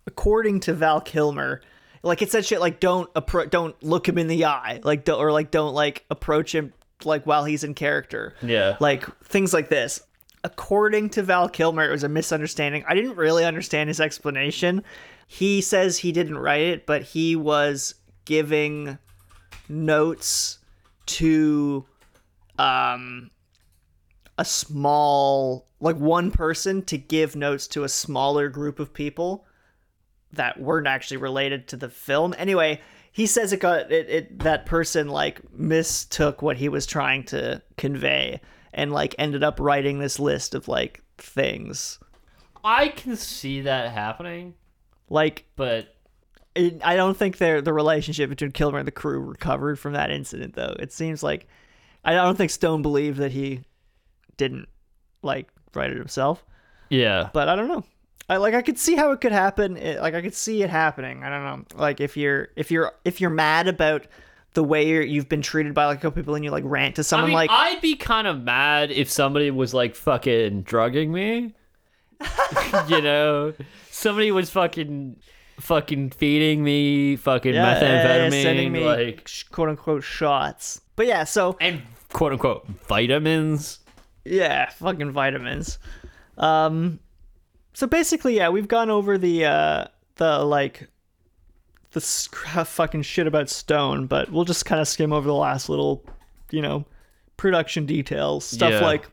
[SPEAKER 1] according to Val Kilmer, like it said shit like don't appro- don't look him in the eye, like don't or like don't like approach him like while he's in character.
[SPEAKER 2] Yeah.
[SPEAKER 1] Like things like this. According to Val Kilmer, it was a misunderstanding. I didn't really understand his explanation. He says he didn't write it, but he was giving notes to um a small like one person to give notes to a smaller group of people that weren't actually related to the film. Anyway, he says it got it, it that person like mistook what he was trying to convey and like ended up writing this list of like things.
[SPEAKER 2] I can see that happening,
[SPEAKER 1] Like
[SPEAKER 2] but
[SPEAKER 1] it, I don't think their the relationship between Kilmer and the crew recovered from that incident though. It seems like I don't think Stone believed that he didn't like write it himself.
[SPEAKER 2] yeah.
[SPEAKER 1] but I don't know. I like I could see how it could happen. It, like I could see it happening. I don't know. Like if you're if you're if you're mad about the way you're, you've been treated by like a couple people and you like rant to
[SPEAKER 2] I
[SPEAKER 1] someone
[SPEAKER 2] mean,
[SPEAKER 1] like
[SPEAKER 2] I'd be kind of mad if somebody was like fucking drugging
[SPEAKER 1] [LAUGHS]
[SPEAKER 2] me. you know, somebody was fucking, fucking feeding me fucking
[SPEAKER 1] yeah,
[SPEAKER 2] methamphetamine,
[SPEAKER 1] sending me
[SPEAKER 2] like
[SPEAKER 1] quote unquote shots. But yeah, so
[SPEAKER 2] and quote unquote vitamins.
[SPEAKER 1] Yeah, fucking vitamins. Um so basically, yeah, we've gone over the uh the like the sc- [LAUGHS] fucking shit about stone, but we'll just kind of skim over the last little, you know, production details, stuff
[SPEAKER 2] Yeah.
[SPEAKER 1] like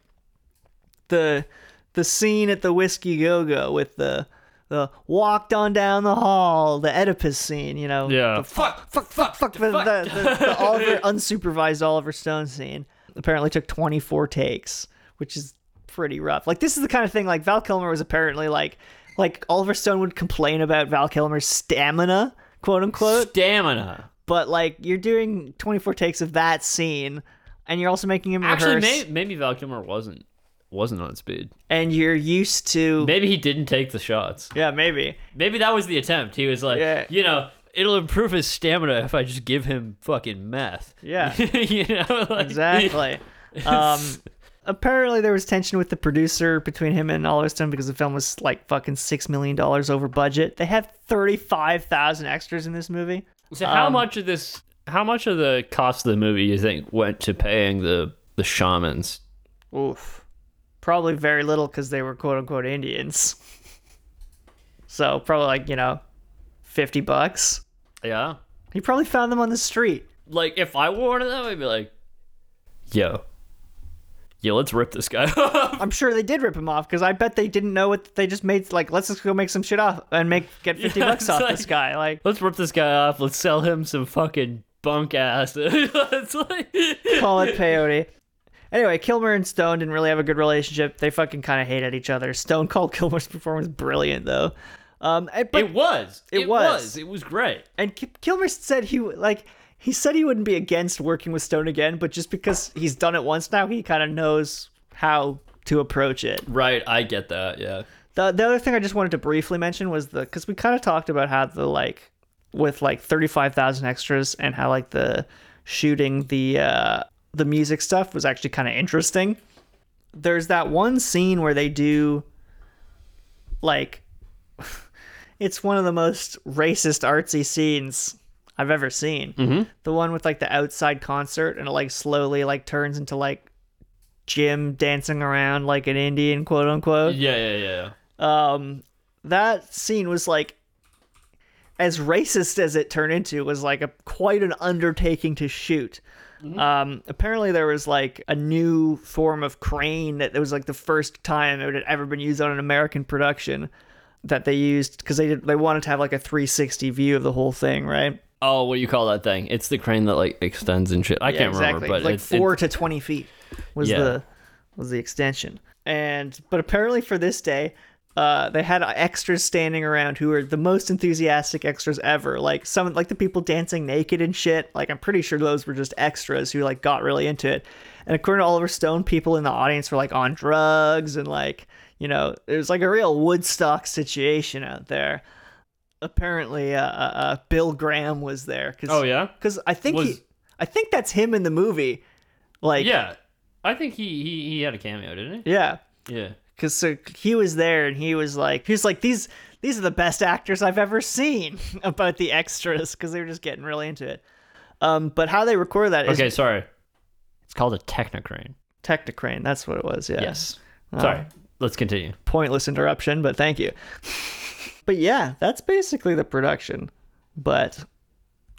[SPEAKER 1] the the scene at the Whiskey Go-Go with the the walked on down the hall, the Oedipus scene, you know.
[SPEAKER 2] Yeah.
[SPEAKER 1] The fuck, fuck, fuck, fuck, the, the, the,
[SPEAKER 2] [LAUGHS]
[SPEAKER 1] the Oliver unsupervised Oliver Stone scene apparently took 24 takes, which is pretty rough. Like this is the kind of thing like Val Kilmer was apparently like like Oliver Stone would complain about Val Kilmer's stamina, quote unquote,
[SPEAKER 2] Stamina.
[SPEAKER 1] but like you're doing 24 takes of that scene and you're also making him rehearse
[SPEAKER 2] Actually, may, maybe Val Kilmer wasn't wasn't on speed.
[SPEAKER 1] and you're used to
[SPEAKER 2] Maybe he didn't take the shots.
[SPEAKER 1] yeah, maybe.
[SPEAKER 2] Maybe that was the attempt. He was like,
[SPEAKER 1] Yeah.
[SPEAKER 2] you know, it'll improve his stamina if I just give him fucking meth.
[SPEAKER 1] Yeah.
[SPEAKER 2] [LAUGHS] you know, like, [LAUGHS]
[SPEAKER 1] Exactly. um, apparently, there was tension with the producer between him and Oliver Stone because the film was like fucking six million dollars over budget. They had thirty-five thousand extras in this movie.
[SPEAKER 2] So how much of this? How much of the cost of the movie you think went to paying the the shamans?
[SPEAKER 1] Oof. Probably very little because they were quote unquote Indians. [LAUGHS] so probably like you know, fifty bucks.
[SPEAKER 2] Yeah.
[SPEAKER 1] He probably found them on the street.
[SPEAKER 2] Like if I wore one of them, I'd be like, yo, yo, let's rip this guy [LAUGHS] up.
[SPEAKER 1] I'm sure they did rip him off because I bet they didn't know what they just made. Like, let's just go make some shit off and make get fifty
[SPEAKER 2] Yeah,
[SPEAKER 1] bucks
[SPEAKER 2] it's
[SPEAKER 1] off
[SPEAKER 2] like-
[SPEAKER 1] this guy. Like,
[SPEAKER 2] let's rip this guy off. Let's sell him some fucking bunk ass. [LAUGHS] it's like,
[SPEAKER 1] call it peyote. Anyway, Kilmer and Stone didn't really have a good relationship. They fucking kind of hated each other. Stone [LAUGHS] called Kilmer's performance brilliant though. Um, and, but,
[SPEAKER 2] it was.
[SPEAKER 1] It was.
[SPEAKER 2] It was great.
[SPEAKER 1] and Ki- Kilmer said he would- like he said he wouldn't be against working with Stone again, but just because he's done it once now, he kind of knows how to approach it.
[SPEAKER 2] Right. I get that. Yeah.
[SPEAKER 1] The, the other thing I just wanted to briefly mention was the because we kind of talked about how the like with like thirty five thousand extras and how like the shooting the uh, the music stuff was actually kind of interesting. There's that one scene where they do like [LAUGHS] it's one of the most racist artsy scenes I've ever seen. Mm-hmm. The one with like the outside concert and it like slowly like turns into like Jim dancing around like an Indian quote unquote
[SPEAKER 2] Yeah. Yeah. Yeah.
[SPEAKER 1] um that scene was like as racist as it turned into was like a quite an undertaking to shoot um apparently there was like a new form of crane that it was like the first time it had ever been used on an american production that they used because they did they wanted to have like a 360 view of the whole thing right
[SPEAKER 2] Oh, what do you call that thing? It's the crane that like extends and shit. I can't remember, but
[SPEAKER 1] like
[SPEAKER 2] it's
[SPEAKER 1] four to twenty feet was
[SPEAKER 2] Yeah.
[SPEAKER 1] the was the extension. And but apparently for this day, uh, they had extras standing around who were the most enthusiastic extras ever. Like some like the people dancing naked and shit. Like I'm pretty sure those were just extras who like got really into it. And according to Oliver Stone, people in the audience were like on drugs and like you know it was like a real Woodstock situation out there. Apparently, uh, uh, uh, Bill Graham was there. Cause,
[SPEAKER 2] Oh, yeah?
[SPEAKER 1] because I think
[SPEAKER 2] Was-
[SPEAKER 1] he, I think that's him in the movie. Like
[SPEAKER 2] Yeah, I think he he, he had a cameo, didn't
[SPEAKER 1] yeah,
[SPEAKER 2] he? Yeah.
[SPEAKER 1] because so he was there and he was like he was like these these are the best actors I've ever seen [LAUGHS] about the extras because they were just getting really into it. Um, but how they record that is
[SPEAKER 2] Okay, sorry. It's called a technocrane.
[SPEAKER 1] Technocrane. That's what it was. Yeah. Uh,
[SPEAKER 2] Yes. Sorry. Let's continue.
[SPEAKER 1] Pointless interruption, but thank you. [LAUGHS] but yeah, that's basically the production. But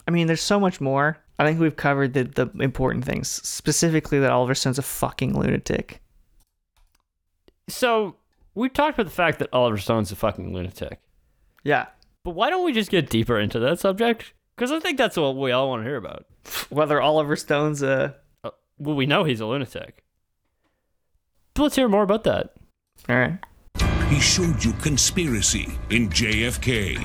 [SPEAKER 1] I mean, there's so much more. I think we've covered the, the important things, specifically that Oliver Stone's a fucking lunatic.
[SPEAKER 2] So we talked about the fact that Oliver Stone's a fucking lunatic,
[SPEAKER 1] Yeah.
[SPEAKER 2] but why don't we just get deeper into that subject? Because I think that's what we all want to hear about.
[SPEAKER 1] whether Oliver Stone's a
[SPEAKER 2] Uh, well, we know he's a lunatic. But let's hear more about that.
[SPEAKER 1] all right.
[SPEAKER 4] He showed you conspiracy in JFK,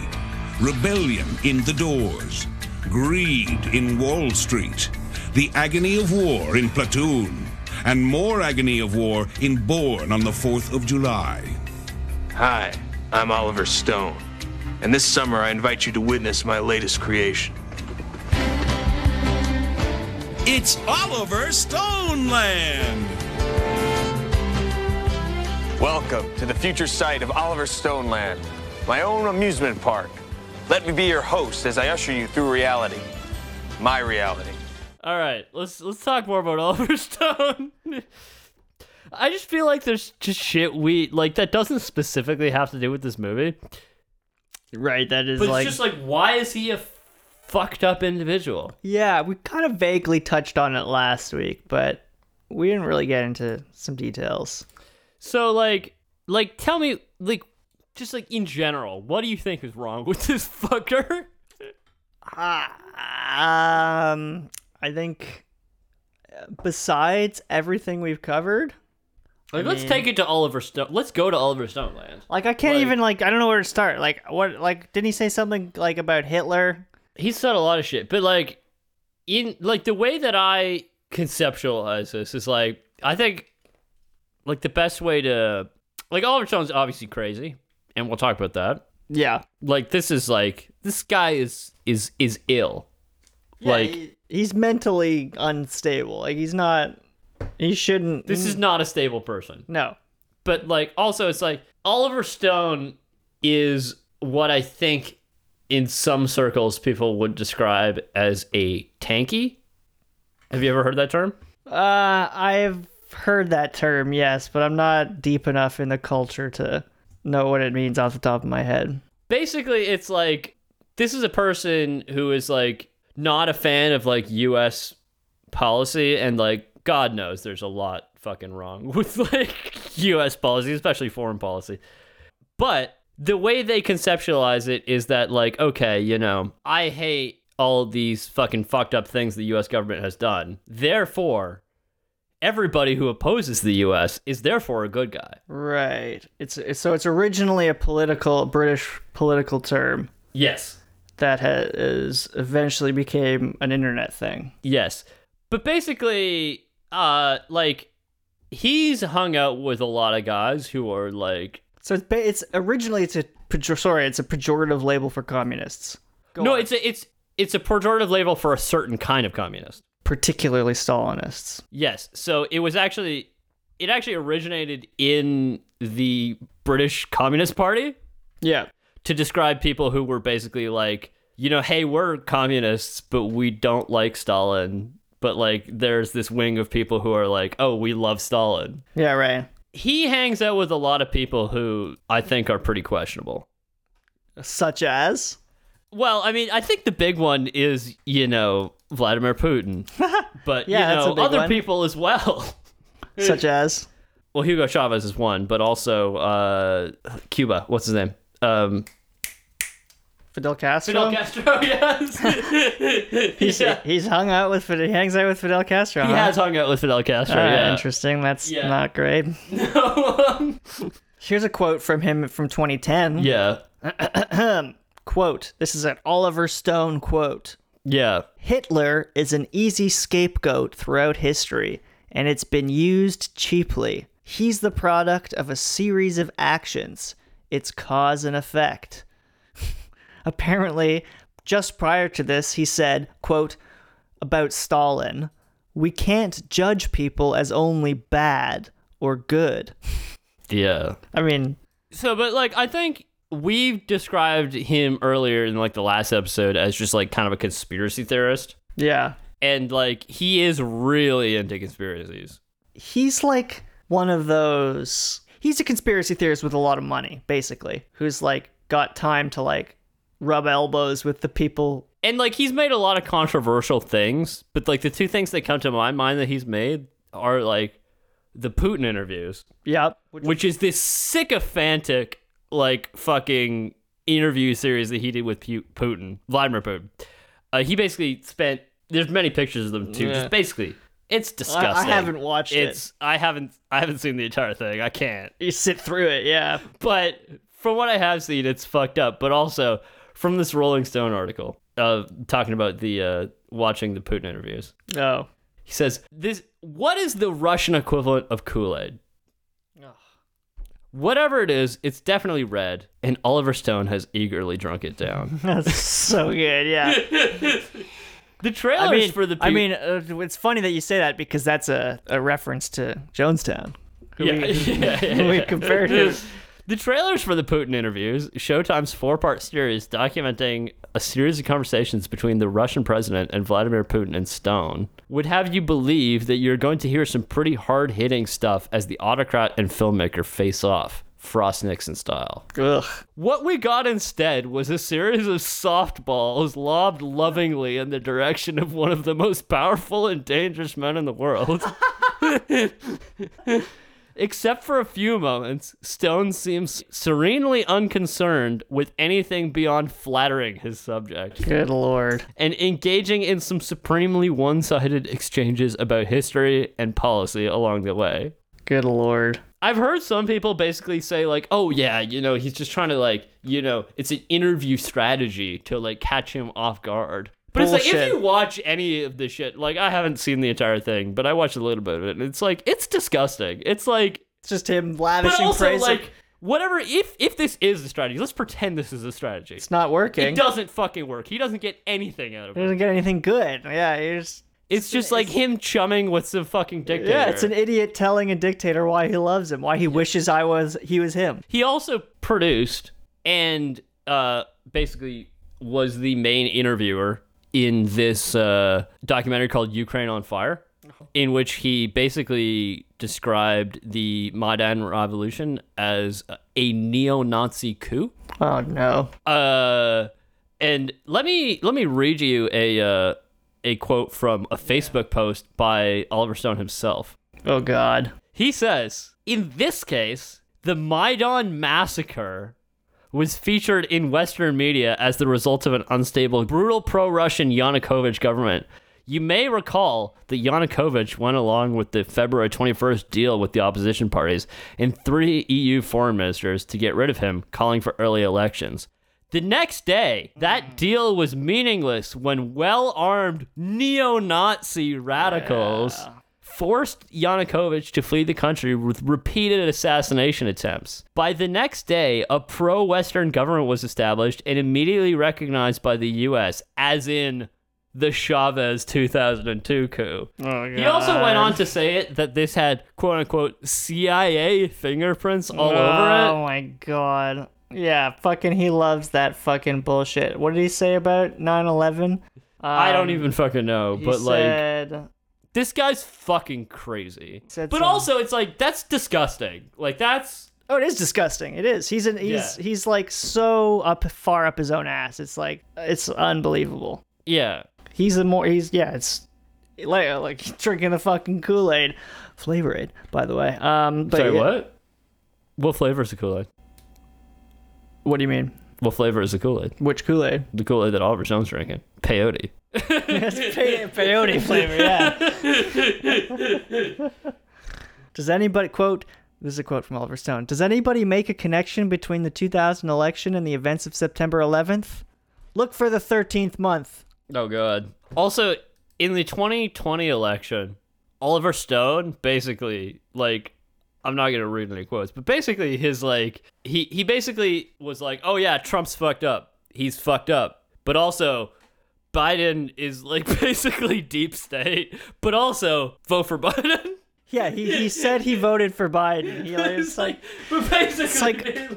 [SPEAKER 4] rebellion in the doors, greed in Wall Street, the agony of war in Platoon, and more agony of war in Born on the 4th of July.
[SPEAKER 3] Hi, I'm Oliver Stone, and this summer I invite you to witness my latest creation.
[SPEAKER 4] It's Oliver Stone Land!
[SPEAKER 3] Welcome to the future site of Oliver Stone Land, my own amusement park. Let me be your host as I usher you through reality. My reality.
[SPEAKER 2] All right, let's let's talk more about [LAUGHS] Oliver Stone. I just feel like there's just shit we like that doesn't specifically have to do with this movie,
[SPEAKER 1] Right, that is
[SPEAKER 2] but
[SPEAKER 1] like,
[SPEAKER 2] it's just like why is he a fucked up individual?
[SPEAKER 1] Yeah, we kind of vaguely touched on it last week, but we didn't really get into some details.
[SPEAKER 2] So like like tell me like just like in general, what do you think is wrong with this [LAUGHS] fucker?
[SPEAKER 1] Um I think uh, besides everything we've covered,
[SPEAKER 2] Like let's take it to Oliver Stone. Let's go to Oliver Stone land.
[SPEAKER 1] like I can't even like I don't know where to start. Like what like didn't he say something like about Hitler?
[SPEAKER 2] he said a lot of shit, but like in like the way that I conceptualize this is like I think like the best way to like Oliver Stone's obviously crazy, and we'll talk about that.
[SPEAKER 1] Yeah.
[SPEAKER 2] Like this is like this guy is is is ill. like
[SPEAKER 1] He's mentally unstable. Like he's not he shouldn't
[SPEAKER 2] this is not a stable person.
[SPEAKER 1] no.
[SPEAKER 2] but like also it's like Oliver Stone is what I think in some circles people would describe as a tanky. Have you ever heard that term?
[SPEAKER 1] Uh, I've heard that term, yes, but I'm not deep enough in the culture to know what it means off the top of my head.
[SPEAKER 2] Basically, it's like this is a person who is like not a fan of like US policy and like god knows there's a lot fucking wrong [LAUGHS] with like US policy, especially foreign policy. But the way they conceptualize it is that, like, okay, you know, I hate all these fucking fucked up things the US government has done. Therefore, everybody who opposes the US is therefore a good guy.
[SPEAKER 1] Right. It's, it's so it's originally a political British political term
[SPEAKER 2] Yes.
[SPEAKER 1] that ha- is eventually became an internet thing.
[SPEAKER 2] Yes. But basically, uh, like, he's hung out with a lot of guys who are like,
[SPEAKER 1] So it's ba- it's originally it's a pejor- sorry it's a pejorative label for communists,
[SPEAKER 2] no, it's a, it's it's a pejorative label for a certain kind of communist.
[SPEAKER 1] particularly Stalinists.
[SPEAKER 2] Yes. So it was actually it actually originated in the British Communist Party
[SPEAKER 1] Yeah.
[SPEAKER 2] to describe people who were basically like, you know, hey, we're communists, but we don't like Stalin. But like there's this wing of people who are like, oh, we love Stalin.
[SPEAKER 1] Yeah. Right.
[SPEAKER 2] He hangs out with a lot of people who I think are pretty questionable.
[SPEAKER 1] Such as
[SPEAKER 2] Well, I mean, I think the big one is, you know, Vladimir
[SPEAKER 1] [LAUGHS]
[SPEAKER 2] Putin. But
[SPEAKER 1] Yeah,
[SPEAKER 2] you
[SPEAKER 1] that's
[SPEAKER 2] know,
[SPEAKER 1] a big
[SPEAKER 2] other
[SPEAKER 1] one.
[SPEAKER 2] people as well. [LAUGHS]
[SPEAKER 1] such as
[SPEAKER 2] well hugo chavez is one but also uh cuba what's his name um
[SPEAKER 1] Fidel Castro.
[SPEAKER 2] castro [LAUGHS] yes
[SPEAKER 1] [LAUGHS] He's, he's hung out with Fidel. He hangs out with Fidel Castro.
[SPEAKER 2] he
[SPEAKER 1] huh?
[SPEAKER 2] has hung out with fidel castro
[SPEAKER 1] Ah,
[SPEAKER 2] yeah
[SPEAKER 1] Interesting. That's
[SPEAKER 2] Yeah. [LAUGHS]
[SPEAKER 1] not great. Here's a quote from him from 2010.
[SPEAKER 2] yeah
[SPEAKER 1] Quote. This is an Oliver Stone quote.
[SPEAKER 2] yeah
[SPEAKER 1] Hitler is an easy scapegoat throughout history, and it's been used cheaply. He's the product of a series of actions. It's cause and effect. [LAUGHS] Apparently, just prior to this, he said, quote, about Stalin, we can't judge people as only bad or good.
[SPEAKER 2] yeah
[SPEAKER 1] I mean,
[SPEAKER 2] so but like i think we've described him earlier in like the last episode as just like kind of a conspiracy theorist
[SPEAKER 1] yeah.
[SPEAKER 2] and like he is really into conspiracies
[SPEAKER 1] he's like one of those he's a conspiracy theorist with a lot of money basically who's like got time to like rub elbows with the people
[SPEAKER 2] and like he's made a lot of controversial things, but like the two things that come to my mind that he's made are like the Putin interviews,
[SPEAKER 1] yep
[SPEAKER 2] which is this sycophantic like fucking interview series that he did with Pu- Putin, Vladimir Putin. Uh, he basically spent there's many pictures of them too. Just basically, it's
[SPEAKER 1] I,
[SPEAKER 2] disgusting.
[SPEAKER 1] I haven't watched
[SPEAKER 2] It's I haven't I haven't seen the entire thing. I can't
[SPEAKER 1] it you sit through it yeah
[SPEAKER 2] but from what I have seen, it's fucked up. But also from this Rolling Stone article uh, talking about the uh, watching the Putin interviews,
[SPEAKER 1] no [LAUGHS]
[SPEAKER 2] he says this: What is the Russian equivalent of Kool Aid? Whatever it is, it's definitely red, and Oliver Stone has eagerly drunk it down.
[SPEAKER 1] that's so
[SPEAKER 2] [LAUGHS]
[SPEAKER 1] good yeah
[SPEAKER 2] The trailers
[SPEAKER 1] i mean
[SPEAKER 2] for the Pu-
[SPEAKER 1] i mean uh, it's funny that you say that because that's a, a reference to jonestown
[SPEAKER 2] [LAUGHS]
[SPEAKER 1] who
[SPEAKER 2] yeah,
[SPEAKER 1] we,
[SPEAKER 2] yeah, [LAUGHS]
[SPEAKER 1] who we compared to
[SPEAKER 2] The trailers for the Putin interviews, Showtime's four part series documenting a series of conversations between the Russian president and Vladimir Putin and Stone would have you believe that you're going to hear some pretty hard hitting stuff as the autocrat and filmmaker face off, Frost Nixon style.
[SPEAKER 1] Ugh.
[SPEAKER 2] What we got instead was a series of softballs lobbed lovingly in the direction of one of the most powerful and dangerous men in the world. Except for a few moments, Stone seems serenely unconcerned with anything beyond flattering his subject
[SPEAKER 1] Good lord.
[SPEAKER 2] and engaging in some supremely one sided exchanges about history and policy along the way.
[SPEAKER 1] Good lord.
[SPEAKER 2] I've heard some people basically say like, "Oh yeah, you know, he's just trying to like, you know, it's an interview strategy to like catch him off guard." But it's like
[SPEAKER 1] Bullshit.
[SPEAKER 2] if you watch any of the shit, like I haven't seen the entire thing, but I watched a little bit of it, and it's like it's disgusting. It's like,
[SPEAKER 1] It's just him
[SPEAKER 2] but
[SPEAKER 1] lavishing
[SPEAKER 2] also
[SPEAKER 1] praise. of-
[SPEAKER 2] like whatever. If if this is a strategy, let's pretend this is a strategy.
[SPEAKER 1] it's not
[SPEAKER 2] it
[SPEAKER 1] working.
[SPEAKER 2] doesn't fucking work. He doesn't get anything out of
[SPEAKER 1] He
[SPEAKER 2] it.
[SPEAKER 1] doesn't get anything good. Yeah, he's
[SPEAKER 2] It's just like him chumming with some fucking dictator.
[SPEAKER 1] yeah, it's an idiot telling a dictator why he loves him, why he wishes I was he was him.
[SPEAKER 2] He also produced and uh, basically was the main interviewer in this uh, documentary called Ukraine on Fire,
[SPEAKER 1] Uh-huh.
[SPEAKER 2] in which he basically described the Maidan Revolution as a neo Nazi coup.
[SPEAKER 1] Oh no.
[SPEAKER 2] Uh, and let me let me read you a uh, a quote from a Facebook post by Oliver Stone himself.
[SPEAKER 1] Oh god.
[SPEAKER 2] He says, in this case, the Maidan massacre was featured in Western media as the result of an unstable, brutal pro Russian Yanukovych government. You may recall that Yanukovych went along with the February 21st deal with the opposition parties and three EU foreign ministers to get rid of him, calling for early elections. The next day, that deal was meaningless when well armed neo Nazi radicals forced Yanukovych to flee the country with repeated assassination attempts. By the next day, a pro Western government was established and immediately recognized by the US, as in the Chavez 2002 coup. He also went on to say it that this had quote unquote CIA fingerprints all
[SPEAKER 1] Oh
[SPEAKER 2] over it.
[SPEAKER 1] my god. Yeah, fucking he loves that fucking bullshit. What did he say about 9/11?
[SPEAKER 2] I don't even fucking know,
[SPEAKER 1] um, He
[SPEAKER 2] but like
[SPEAKER 1] said,
[SPEAKER 2] this guy's fucking crazy.
[SPEAKER 1] Said
[SPEAKER 2] But
[SPEAKER 1] some-
[SPEAKER 2] also it's like that's disgusting. Like that's
[SPEAKER 1] "Oh, it is disgusting. It is. He's an he's
[SPEAKER 2] Yeah.
[SPEAKER 1] he's like so up far up his own ass. It's like it's unbelievable.
[SPEAKER 2] yeah.
[SPEAKER 1] He's the more he's yeah, it's like like [LAUGHS] drinking the fucking Kool-Aid. Flavor Aid, by the way. Um but
[SPEAKER 2] Sorry,
[SPEAKER 1] yeah-
[SPEAKER 2] what? What flavor is the Kool Aid?
[SPEAKER 1] What do you mean?
[SPEAKER 2] What flavor is the Kool Aid? [LAUGHS]
[SPEAKER 1] Which Kool-Aid?
[SPEAKER 2] The Kool Aid that Oliver Stone's drinking. Peyote.
[SPEAKER 1] Pe- peyote flavor, yeah. [LAUGHS] Does anybody quote? This is a quote from Oliver Stone. Does anybody make a connection between the 2000 election and the events of September 11th? Look for the 13th month.
[SPEAKER 2] Oh god. Also, in the 2020 election, Oliver Stone basically like I'm not gonna read any quotes, but basically his like he he basically was like, oh yeah, Trump's fucked up. He's fucked up. But also. Biden is like [LAUGHS] basically deep state, but also vote for Biden. [LAUGHS]
[SPEAKER 1] Yeah, he, he said he voted for Biden. He like, it's like,
[SPEAKER 2] but basically,
[SPEAKER 1] it's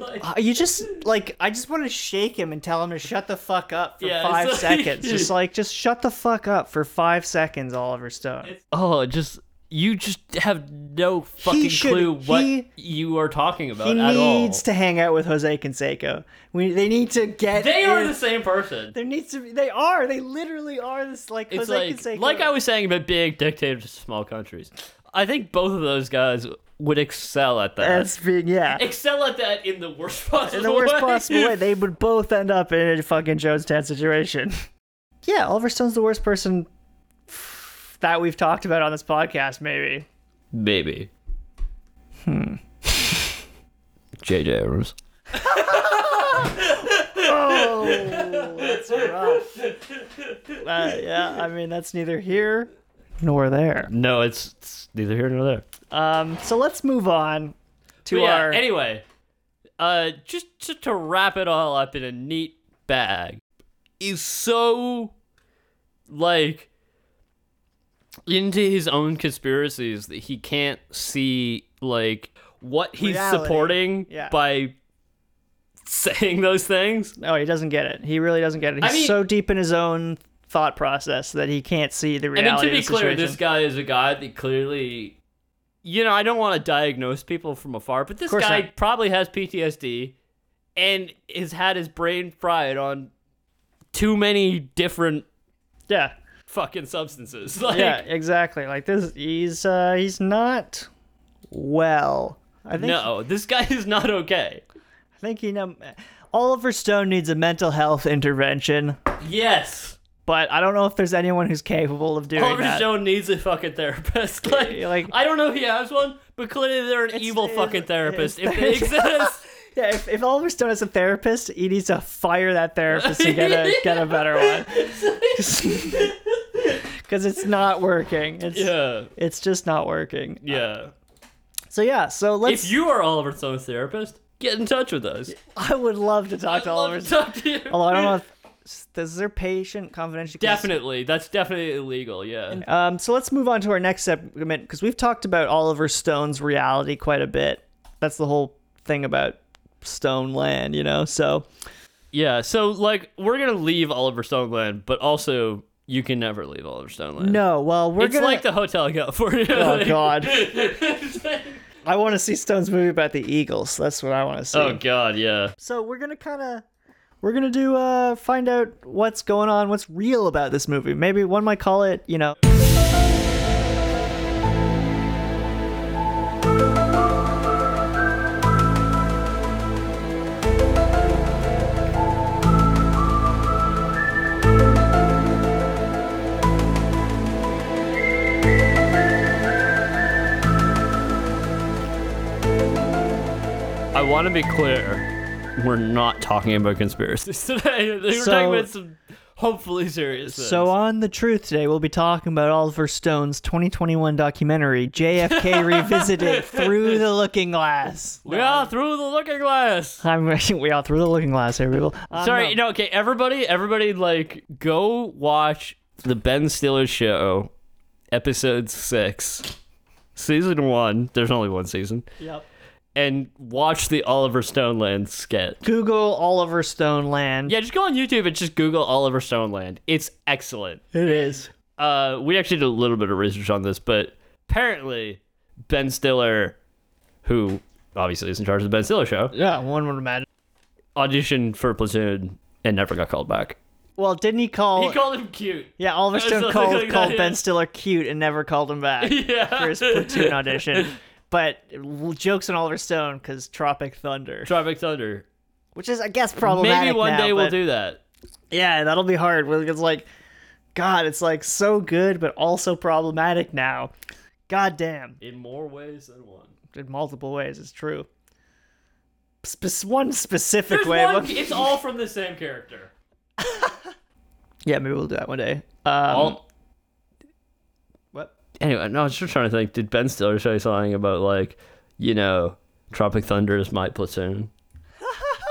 [SPEAKER 2] [LAUGHS]
[SPEAKER 1] like, uh, you just like I just want to shake him and tell him to shut the fuck up for
[SPEAKER 2] Yeah, it's
[SPEAKER 1] five
[SPEAKER 2] like- [LAUGHS]
[SPEAKER 1] seconds. Just like just shut the fuck up for five seconds, Oliver Stone.
[SPEAKER 2] Oh, just you just have no fucking
[SPEAKER 1] should-
[SPEAKER 2] clue what
[SPEAKER 1] he-
[SPEAKER 2] you are talking about
[SPEAKER 1] He
[SPEAKER 2] at
[SPEAKER 1] needs
[SPEAKER 2] all.
[SPEAKER 1] to hang out with Jose Canseco. We, they need to get.
[SPEAKER 2] they are
[SPEAKER 1] in-
[SPEAKER 2] the same person.
[SPEAKER 1] There needs to. Be, they are. They literally are. This like
[SPEAKER 2] It's
[SPEAKER 1] Jose
[SPEAKER 2] like
[SPEAKER 1] Canseco.
[SPEAKER 2] like I was saying about being dictators to small countries. I think both of those guys would excel at that.
[SPEAKER 1] As
[SPEAKER 2] [LAUGHS]
[SPEAKER 1] being yeah.
[SPEAKER 2] excel at that in the worst possible
[SPEAKER 1] In the worst
[SPEAKER 2] way.
[SPEAKER 1] possible
[SPEAKER 2] [LAUGHS]
[SPEAKER 1] way, they would both end up in a fucking Jonestown situation. [LAUGHS] yeah, Oliver Stone's the worst person that we've talked about on this podcast. Maybe.
[SPEAKER 2] Maybe. [LAUGHS] Hmm. JJ Abrams.
[SPEAKER 1] That's rough. Uh, yeah, I mean that's neither here nor there.
[SPEAKER 2] No, it's, it's neither here nor there.
[SPEAKER 1] Um, so let's move on to
[SPEAKER 2] But yeah,
[SPEAKER 1] our.
[SPEAKER 2] anyway, uh, just, just to wrap it all up in a neat bag is so like into his own conspiracies that he can't see like what he's
[SPEAKER 1] Reality.
[SPEAKER 2] supporting
[SPEAKER 1] Yeah.
[SPEAKER 2] by [LAUGHS] saying those things.
[SPEAKER 1] No, Oh, he doesn't get it. He really doesn't get it.
[SPEAKER 2] I
[SPEAKER 1] He's
[SPEAKER 2] mean-
[SPEAKER 1] so deep in his own thought process that he can't see the
[SPEAKER 2] I mean,
[SPEAKER 1] reality
[SPEAKER 2] to be
[SPEAKER 1] of the
[SPEAKER 2] clear,
[SPEAKER 1] situation.
[SPEAKER 2] this guy is a guy that clearly, you know, I don't want to diagnose people from afar, but this
[SPEAKER 1] course
[SPEAKER 2] guy
[SPEAKER 1] not.
[SPEAKER 2] probably has PTSD and has had his brain fried on too many different
[SPEAKER 1] yeah,
[SPEAKER 2] fucking substances. [LAUGHS] Like,
[SPEAKER 1] yeah, exactly. Like this, he's uh, he's not well. I think
[SPEAKER 2] no, this guy is not okay.
[SPEAKER 1] I think he know. Oliver Stone needs a mental health intervention,
[SPEAKER 2] Yes.
[SPEAKER 1] but I don't know if there's anyone who's capable of doing
[SPEAKER 2] Oliver
[SPEAKER 1] that.
[SPEAKER 2] Stone needs a fucking therapist. [LAUGHS] Like,
[SPEAKER 1] Yeah, like-
[SPEAKER 2] I don't know if he has one, but clearly they're an evil
[SPEAKER 1] it's-
[SPEAKER 2] fucking
[SPEAKER 1] it's-
[SPEAKER 2] therapist if
[SPEAKER 1] [LAUGHS]
[SPEAKER 2] they
[SPEAKER 1] it's-
[SPEAKER 2] exist.
[SPEAKER 1] Yeah, if, if Oliver Stone is a therapist, he needs to fire that therapist to
[SPEAKER 2] [LAUGHS]
[SPEAKER 1] get a get a better one. [LAUGHS] Because it's not working. It's
[SPEAKER 2] yeah.
[SPEAKER 1] it's just not working.
[SPEAKER 2] Yeah.
[SPEAKER 1] So yeah, so let's.
[SPEAKER 2] If you are Oliver Stone's therapist, get in touch with us.
[SPEAKER 1] [LAUGHS] I would love to talk
[SPEAKER 2] I'd
[SPEAKER 1] to
[SPEAKER 2] love
[SPEAKER 1] Oliver.
[SPEAKER 2] to
[SPEAKER 1] Stone.
[SPEAKER 2] talk to you.
[SPEAKER 1] Although I don't know. If, is there patient confidentiality?
[SPEAKER 2] Definitely, that's definitely illegal. Yeah.
[SPEAKER 1] Um, so let's move on to our next segment because we've talked about Oliver Stone's reality quite a bit. That's the whole thing about Stone Land, you know. So
[SPEAKER 2] Yeah. So like, we're gonna leave Oliver Stoneland, but also you can never leave Oliver Stoneland.
[SPEAKER 1] no, well we're
[SPEAKER 2] It's
[SPEAKER 1] gonna.
[SPEAKER 2] like the Hotel California.
[SPEAKER 1] [LAUGHS]
[SPEAKER 2] [LAUGHS]
[SPEAKER 1] oh
[SPEAKER 2] like-
[SPEAKER 1] God. I want to see Stone's movie about the Eagles. That's what I want to see.
[SPEAKER 2] Oh God. Yeah.
[SPEAKER 1] So we're gonna kind of we're gonna do uh find out what's going on, what's real about this movie. Maybe one might call it, you know.
[SPEAKER 2] I want to be clear. We're not talking about conspiracies [LAUGHS] today. We're
[SPEAKER 1] So-
[SPEAKER 2] talking about some hopefully serious things.
[SPEAKER 1] So on the truth today, we'll be talking about Oliver Stone's 2021
[SPEAKER 2] [LAUGHS]
[SPEAKER 1] documentary JFK Revisited Through the Looking Glass.
[SPEAKER 2] we are through the looking glass.
[SPEAKER 1] I'm [LAUGHS] we are through the looking glass here, people. Um,
[SPEAKER 2] Sorry,
[SPEAKER 1] no.
[SPEAKER 2] you know, okay, everybody, everybody, like, go watch the Ben Stiller show, episode six, season one. There's only one season,
[SPEAKER 1] Yep.
[SPEAKER 2] and watch the Oliver Stoneland sketch.
[SPEAKER 1] Google Oliver Stone Land.
[SPEAKER 2] Yeah, just go on YouTube and just Google Oliver Stoneland. It's excellent.
[SPEAKER 1] It is.
[SPEAKER 2] Uh, we actually did a little bit of research on this, but apparently Ben Stiller, who obviously is in charge of the Ben Stiller show,
[SPEAKER 1] Yeah, one would imagine.
[SPEAKER 2] auditioned for Platoon and never got called back.
[SPEAKER 1] Well, didn't he call?
[SPEAKER 2] He called him cute.
[SPEAKER 1] yeah, Oliver
[SPEAKER 2] That's
[SPEAKER 1] Stone
[SPEAKER 2] something
[SPEAKER 1] called
[SPEAKER 2] like that,
[SPEAKER 1] called
[SPEAKER 2] yeah.
[SPEAKER 1] Ben Stiller cute and never called him back.
[SPEAKER 2] [LAUGHS] [LAUGHS] Yeah.
[SPEAKER 1] for his
[SPEAKER 2] [LAUGHS]
[SPEAKER 1] platoon audition. But well, jokes on Oliver Stone because Tropic Thunder,
[SPEAKER 2] Tropic Thunder.
[SPEAKER 1] which is I guess problematic.
[SPEAKER 2] Maybe one
[SPEAKER 1] now,
[SPEAKER 2] day we'll
[SPEAKER 1] but-
[SPEAKER 2] do that.
[SPEAKER 1] Yeah, that'll be hard. well, It's like, God, it's like so good, but also problematic now. God damn,
[SPEAKER 2] In more ways than
[SPEAKER 1] [LAUGHS]
[SPEAKER 2] one.
[SPEAKER 1] in multiple ways, it's true. Spe- one specific
[SPEAKER 2] There's
[SPEAKER 1] way.
[SPEAKER 2] one,
[SPEAKER 1] but-
[SPEAKER 2] it's all from the same character.
[SPEAKER 1] Yeah, maybe we'll do that one day. Um,
[SPEAKER 2] All,
[SPEAKER 1] what?
[SPEAKER 2] anyway, no, I was just trying to think. Did Ben Stiller say something about, like, you know, Tropic Thunder is my
[SPEAKER 1] [LAUGHS]
[SPEAKER 2] platoon?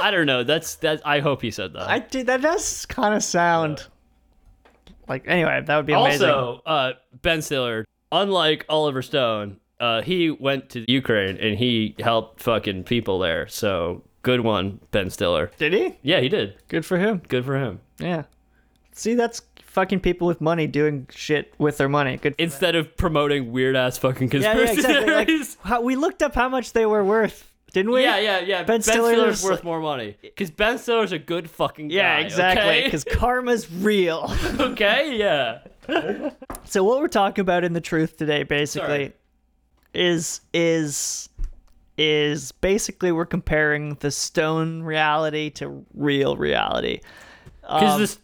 [SPEAKER 2] I don't know. That's that. I hope he said that.
[SPEAKER 1] I did. That does kind of sound like. Anyway, that would be amazing.
[SPEAKER 2] also, uh, Ben Stiller, unlike Oliver Stone, uh, he went to Ukraine and he helped fucking people there. So good one, Ben Stiller.
[SPEAKER 1] did he?
[SPEAKER 2] Yeah, he did.
[SPEAKER 1] Good for him.
[SPEAKER 2] Good for him.
[SPEAKER 1] Yeah. See, that's fucking people with money doing shit with their money. Good.
[SPEAKER 2] Instead of promoting weird ass fucking
[SPEAKER 1] yeah, yeah,
[SPEAKER 2] conspiracy
[SPEAKER 1] exactly.
[SPEAKER 2] [LAUGHS]
[SPEAKER 1] Like,
[SPEAKER 2] theories.
[SPEAKER 1] how, we looked up how much they were worth, didn't we?
[SPEAKER 2] Yeah, yeah, yeah.
[SPEAKER 1] Ben
[SPEAKER 2] Ben, Stiller's,
[SPEAKER 1] Stiller's
[SPEAKER 2] worth
[SPEAKER 1] like-
[SPEAKER 2] more money because Ben Stiller's a good fucking guy.
[SPEAKER 1] Yeah, exactly.
[SPEAKER 2] okay?
[SPEAKER 1] Because karma's real.
[SPEAKER 2] [LAUGHS]
[SPEAKER 1] [LAUGHS]
[SPEAKER 2] okay, yeah.
[SPEAKER 1] so what we're talking about in the truth today, basically,
[SPEAKER 2] Sorry.
[SPEAKER 1] is is is basically we're comparing the stone reality to real reality. Um,
[SPEAKER 2] Because this,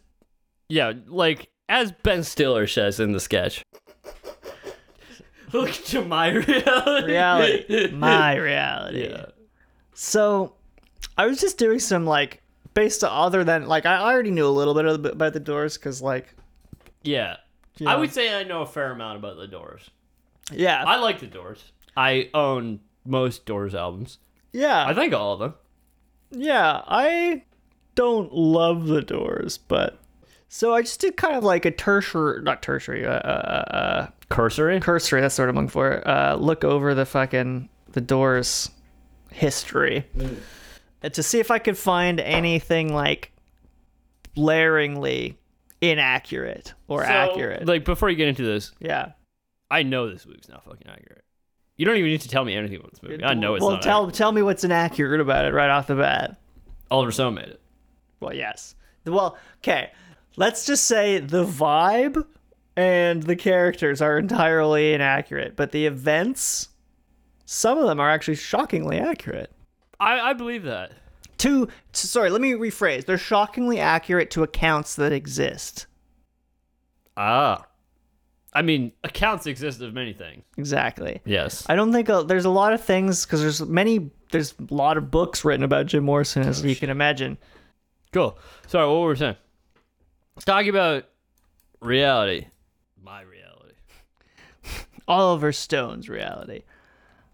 [SPEAKER 2] yeah, like as Ben Stiller says in the sketch. Look to my [LAUGHS] reality. [LAUGHS]
[SPEAKER 1] reality. My reality.
[SPEAKER 2] Yeah.
[SPEAKER 1] So I was just doing some like based on other than like I already knew a little bit of- about the doors because like
[SPEAKER 2] Yeah. I would say I know a fair amount about the Doors.
[SPEAKER 1] yeah
[SPEAKER 2] I like the Doors. I own most Doors albums.
[SPEAKER 1] yeah
[SPEAKER 2] I think all of them.
[SPEAKER 1] yeah I don't love the doors but so I just did kind of like a tertiary not tertiary uh, uh, uh, uh
[SPEAKER 2] Cursory.
[SPEAKER 1] cursory that's what I'm looking
[SPEAKER 2] Hmm.
[SPEAKER 1] for uh look over the fucking the doors history to see if I could find anything like blaringly inaccurate or
[SPEAKER 2] So,
[SPEAKER 1] accurate.
[SPEAKER 2] Like before you get into this,
[SPEAKER 1] yeah.
[SPEAKER 2] I know this movie's not fucking accurate. You don't even need to tell me anything about this movie. I know it's
[SPEAKER 1] well,
[SPEAKER 2] not.
[SPEAKER 1] tell
[SPEAKER 2] accurate.
[SPEAKER 1] tell me what's inaccurate about it right off the bat.
[SPEAKER 2] Oliver Stone made it.
[SPEAKER 1] Well, yes. Well, okay. Let's just say the vibe and the characters are entirely inaccurate, but the events, some of them are actually shockingly accurate.
[SPEAKER 2] I, I believe that.
[SPEAKER 1] To, t- sorry, let me rephrase. They're shockingly accurate to accounts that exist.
[SPEAKER 2] Ah, I mean, accounts exist of many things.
[SPEAKER 1] Exactly.
[SPEAKER 2] Yes.
[SPEAKER 1] I don't think uh there's a lot of things because there's many there's a lot of books written about Jim Morrison as you can imagine.
[SPEAKER 2] Cool. Sorry, what were we saying? Talking about reality. My reality.
[SPEAKER 1] Oliver Stone's reality.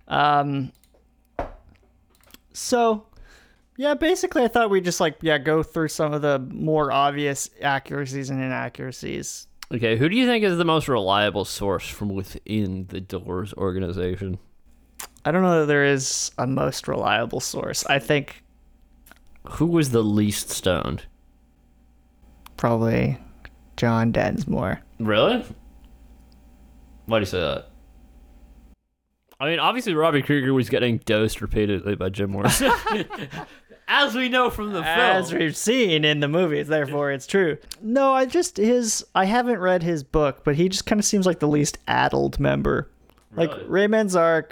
[SPEAKER 1] Um, so, yeah, basically, I thought we'd just like, yeah, go through some of the more obvious accuracies and inaccuracies.
[SPEAKER 2] Okay, who do you think is the most reliable source from within the Doors organization?
[SPEAKER 1] I don't know that there is a most reliable source. I think
[SPEAKER 2] Who was the least stoned?
[SPEAKER 1] probably John Densmore.
[SPEAKER 2] Really? Why do you say that? I mean, obviously, Robbie Krieger was getting dosed repeatedly by Jim [LAUGHS] Morrison, as we know from the film.
[SPEAKER 1] As we've seen in the movies, therefore it's true. No, I just his I haven't read his book, but he just kind of seems like the least addled member. Like
[SPEAKER 2] Really?
[SPEAKER 1] Ray Manzarek